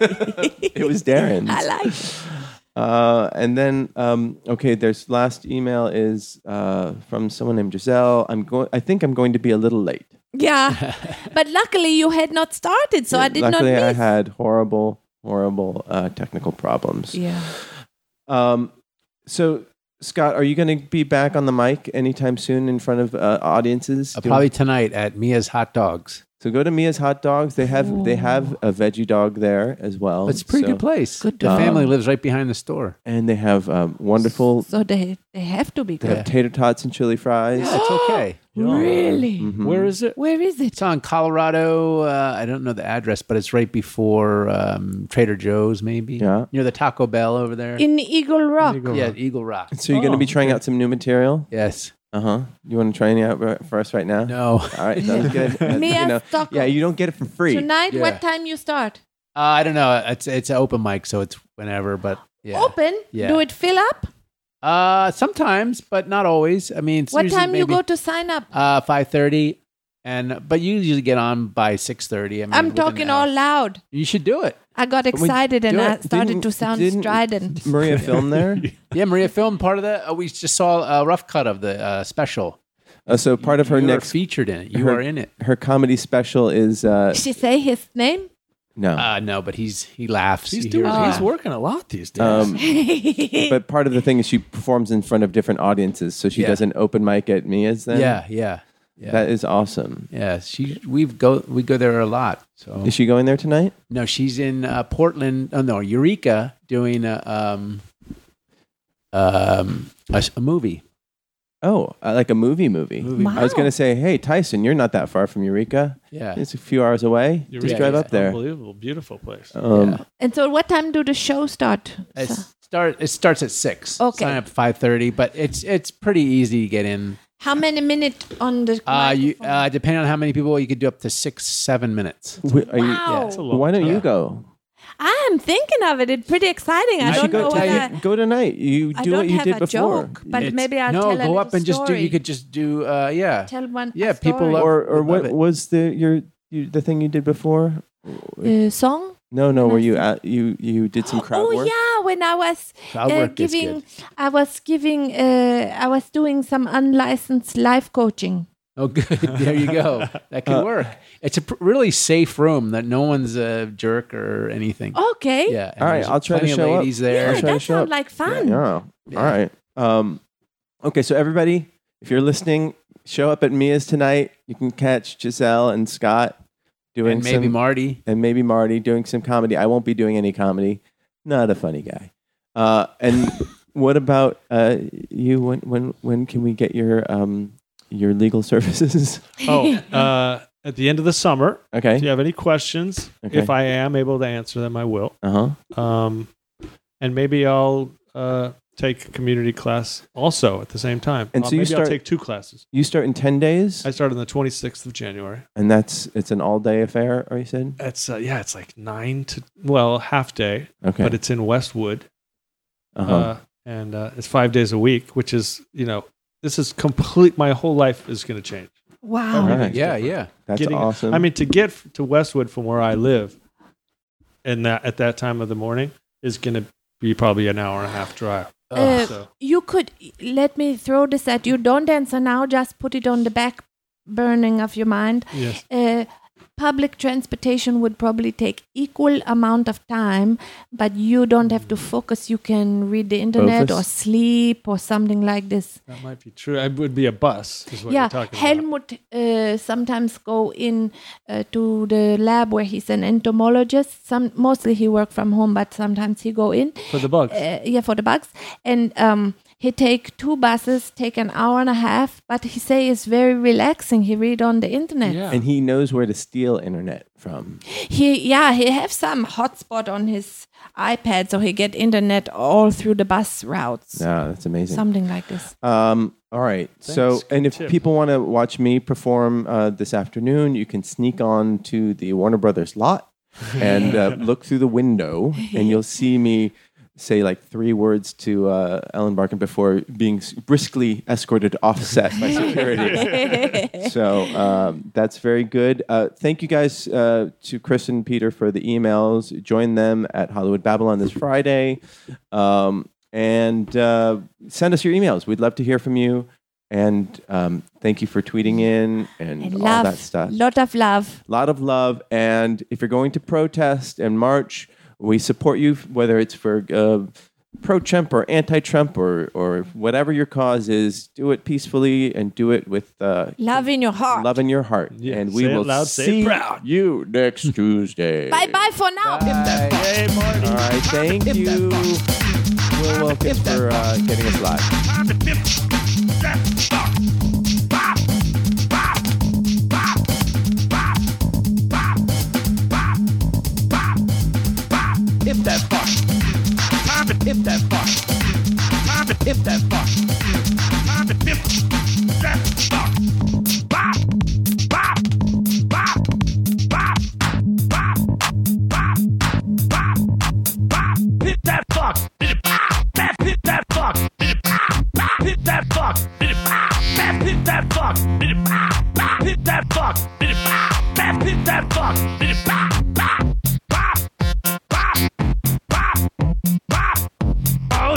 C: it was Darren's.
D: I like. it.
C: Uh, and then um, okay, there's last email is uh, from someone named Giselle. I'm going. I think I'm going to be a little late.
D: Yeah. but luckily you had not started, so I did
C: Luckily,
D: not miss.
C: I had horrible, horrible uh, technical problems.
D: yeah.
C: Um, so, Scott, are you going to be back on the mic anytime soon in front of uh, audiences?
G: Uh,
C: doing-
G: probably tonight at Mia's Hot Dogs.
C: So go to Mia's Hot Dogs. They have they have a veggie dog there as well.
G: It's a pretty
C: Oh, So-
G: good place.
D: Good
G: the
D: dog.
G: family lives right behind the store.
C: And they have um, wonderful.
D: So they they have to be
C: They
D: good.
C: have tater tots and chili fries.
G: It's okay.
D: Really?
C: Mhm.
E: Where is it?
D: Where is it?
G: Hmm. It's on Colorado. Uh, I don't know the address, but it's right before um, Trader Joe's, maybe.
C: Yeah.
G: Near the Taco Bell over there.
D: In Eagle Rock.
G: yeah, Eagle Rock.
C: So you're going to be trying out some new material.
G: Yes.
C: Uh huh. You want to try any out right- for us right now?
G: No.
C: All right, sounds good. Uh,
D: Mia
C: you know,
D: Stockholm.
C: yeah, you don't get it for free.
D: Tonight,
G: Yeah.
D: what time you start?
G: Uh, I don't know. It's it's an open mic, so it's whenever. But yeah.
D: Open?
G: Yeah.
D: Do it fill up?
G: Uh, sometimes, but not always. I mean, it's
D: What
G: usually
D: time you
G: maybe,
D: go to sign up?
G: Uh, five thirty, and but you usually get on by six thirty. I
C: Mm,
G: mean,
D: I'm
G: within
D: talking
G: an hour.
D: all loud.
G: You should do it.
D: I got
C: But we-
D: excited and
C: do
D: I
C: it.
D: started
C: Didn't-
D: to sound
C: didn't
D: strident.
C: Maria film there.
G: Yeah, Maria filmed part of that. Uh, we just saw a rough cut of the uh, special.
C: Uh, so part of her
G: you
C: next
G: are featured in it. You
C: her-
G: are in it.
C: her comedy special is uh,
D: Did she say his name?
C: no.
G: Uh, no, but he's he laughs.
E: He's
G: He
E: doing.
G: hears
E: He's
G: it.
E: working a lot these days.
C: Um, but part of the thing is she performs in front of different audiences, so she
G: Yeah.
C: does an open mic at Mia's. Then
G: yeah, yeah, yeah.
C: that is awesome.
G: yeah, she we've go we go there a lot. So
C: Is she going there tonight?
G: no, she's in uh, Portland. Oh no, Eureka doing a um um a, s- a movie.
C: Oh, uh, like a movie movie.
D: Wow.
C: I was going to say, hey Tyson, you're not that far from Eureka.
G: Oh. Yeah,
C: It's a few hours away.
E: Eureka
C: Just drive
E: is
C: up there.
E: Unbelievable, beautiful place.
C: Um,
G: Yeah.
D: and so, what time do the show start?
G: It
D: So-
G: start it starts at six.
D: Okay.
G: sign up five thirty, but it's it's pretty easy to get in.
D: How many minutes on the?
G: Uh, you
D: microphone?
G: uh, depending on how many people, you could do up to six seven minutes.
C: wh- are you-
D: wow.
E: It's a long
C: Why don't you
G: Yeah.
C: go?
D: I am thinking of it. It's pretty exciting. I
G: You
D: don't
G: should
C: go,
D: know
G: tell
D: what
G: you-
D: I,
C: go tonight. You
D: I
C: do
D: don't
C: what you
D: have
C: did
D: a
C: before.
D: joke, but
G: It's-
D: maybe I'll
G: no,
D: tell a
G: go
D: little
G: up and just do. You
D: story.
G: could just do. Uh, yeah,
D: tell one. a
G: Yeah, people
D: story.
G: love-
C: or or
G: Love
C: what
G: it.
C: was the your you, the thing you did before?
D: uh, song.
C: No, no, were you
D: Nothing.
C: at you you did some crowd
D: oh
C: work?
D: yeah, when I was
G: crowd
D: uh,
G: work is
D: giving,
G: good.
D: I was giving, uh, I was doing some unlicensed life coaching.
G: Oh, good. There you go.
C: Uh,
G: That could work. It's a pr- really safe room that no one's a jerk or anything.
D: Oh, Okay.
G: Yeah. and
C: All right,
G: there's
C: I'll try to
G: plenty of
C: show up.
G: ladies
D: Yeah,
G: there.
C: I'll try to
D: that
C: show up.
D: sounds like fun.
C: Yeah. All right. Um, okay, so everybody, if you're listening, show up at Mia's tonight. You can catch Giselle and Scott doing
G: And maybe
C: some,
G: Marty.
C: and maybe Marty doing some comedy. I won't be doing any comedy. Not a funny guy. Uh, and what about uh, you? When when when can we get your um, your legal services?
E: Oh, uh, at the end of the summer,
C: okay.
E: if you have any questions,
C: Okay.
E: if I am able to answer them, I will.
C: Uh huh.
E: Um, and maybe I'll uh, take a community class also at the same time.
C: And so
E: Uh,
C: you
E: maybe
C: start-
E: I'll take two classes.
C: You start in ten days,
E: I start on the 26th of January.
C: and that's it's an all day affair. Are you said?
E: It's uh, yeah, it's like nine to well half day,
C: Okay.
E: but it's in Westwood,
C: uh-huh.
E: uh, and uh, it's five days a week, which is you know This is complete. My whole life is going to change.
D: Wow.
C: All right.
G: Yeah, yeah.
C: That's
E: Getting-
C: awesome.
E: I mean, to get f- to Westwood from where I live, and that at that time of the morning is going to be probably an hour and a half drive.
D: Uh,
E: So-
D: You could let me throw this at you. Don't answer now. Just put it on the back burning of your mind.
E: Yes.
D: Uh, public transportation would probably take equal amount of time, but you don't have to focus. You can read the internet
C: Focus.
D: or sleep or something like this.
E: That might be true. It would be a bus. Is what
D: yeah,
E: you're talking about.
D: Helmut uh, sometimes go in uh, to the lab where he's an entomologist. Some mostly he work from home, but sometimes he go in.
E: for the bugs.
D: uh, yeah for the bugs and um he take two buses take an hour and a half but he say it's very relaxing he read on the internet
E: yeah.
C: and he knows where to steal internet from.
D: he yeah he have some hotspot on his ipad so he get internet all through the bus routes
C: Yeah, Ah, that's amazing.
D: something like this
C: Um, all right. so,
E: Thanks.
C: and
E: Good
C: if
E: tip.
C: people want to watch me perform uh, this afternoon, you can sneak on to the Warner Brothers lot and uh, look through the window, and you'll see me say like three words to uh, Ellen Barkin before being s- briskly escorted off set by security. so um, that's very good. Uh, thank you guys uh, to Chris and Peter for the emails. Join them at Hollywood Babylon this Friday. Um, and uh, send us your emails. We'd love to hear from you. And um, thank you for tweeting in and,
D: and
C: all
D: love
C: that stuff.
D: lot of love
C: lot of love. And if you're going to protest and march, we support you, whether it's for uh, pro Trump or anti Trump or, or whatever your cause is. Do it peacefully and do it with uh,
D: love in your heart
C: love in your heart.
E: Yeah,
C: And we
E: say it
C: will
E: loud, say it
C: see
E: proud.
C: you next Tuesday.
D: bye bye for now
C: All right. Thank you, Will Wilkins, for uh, getting us live.
H: If that fuck. Time to if that fuck. Time to if that fuck. Time to if that fuck. Bop, bop, bop, bop, bop, bop, bop, bop. Hit that fuck. Hit it, bop. That hit that fuck. Hit it, bop, bop. Hit that fuck. Hit it, bop. That hit that fuck. Hit it, bop, bop. Hit that fuck. Hit it, bop. That hit that fuck. Hit it, bop, bop, bop. Bop, bop, bop. Oh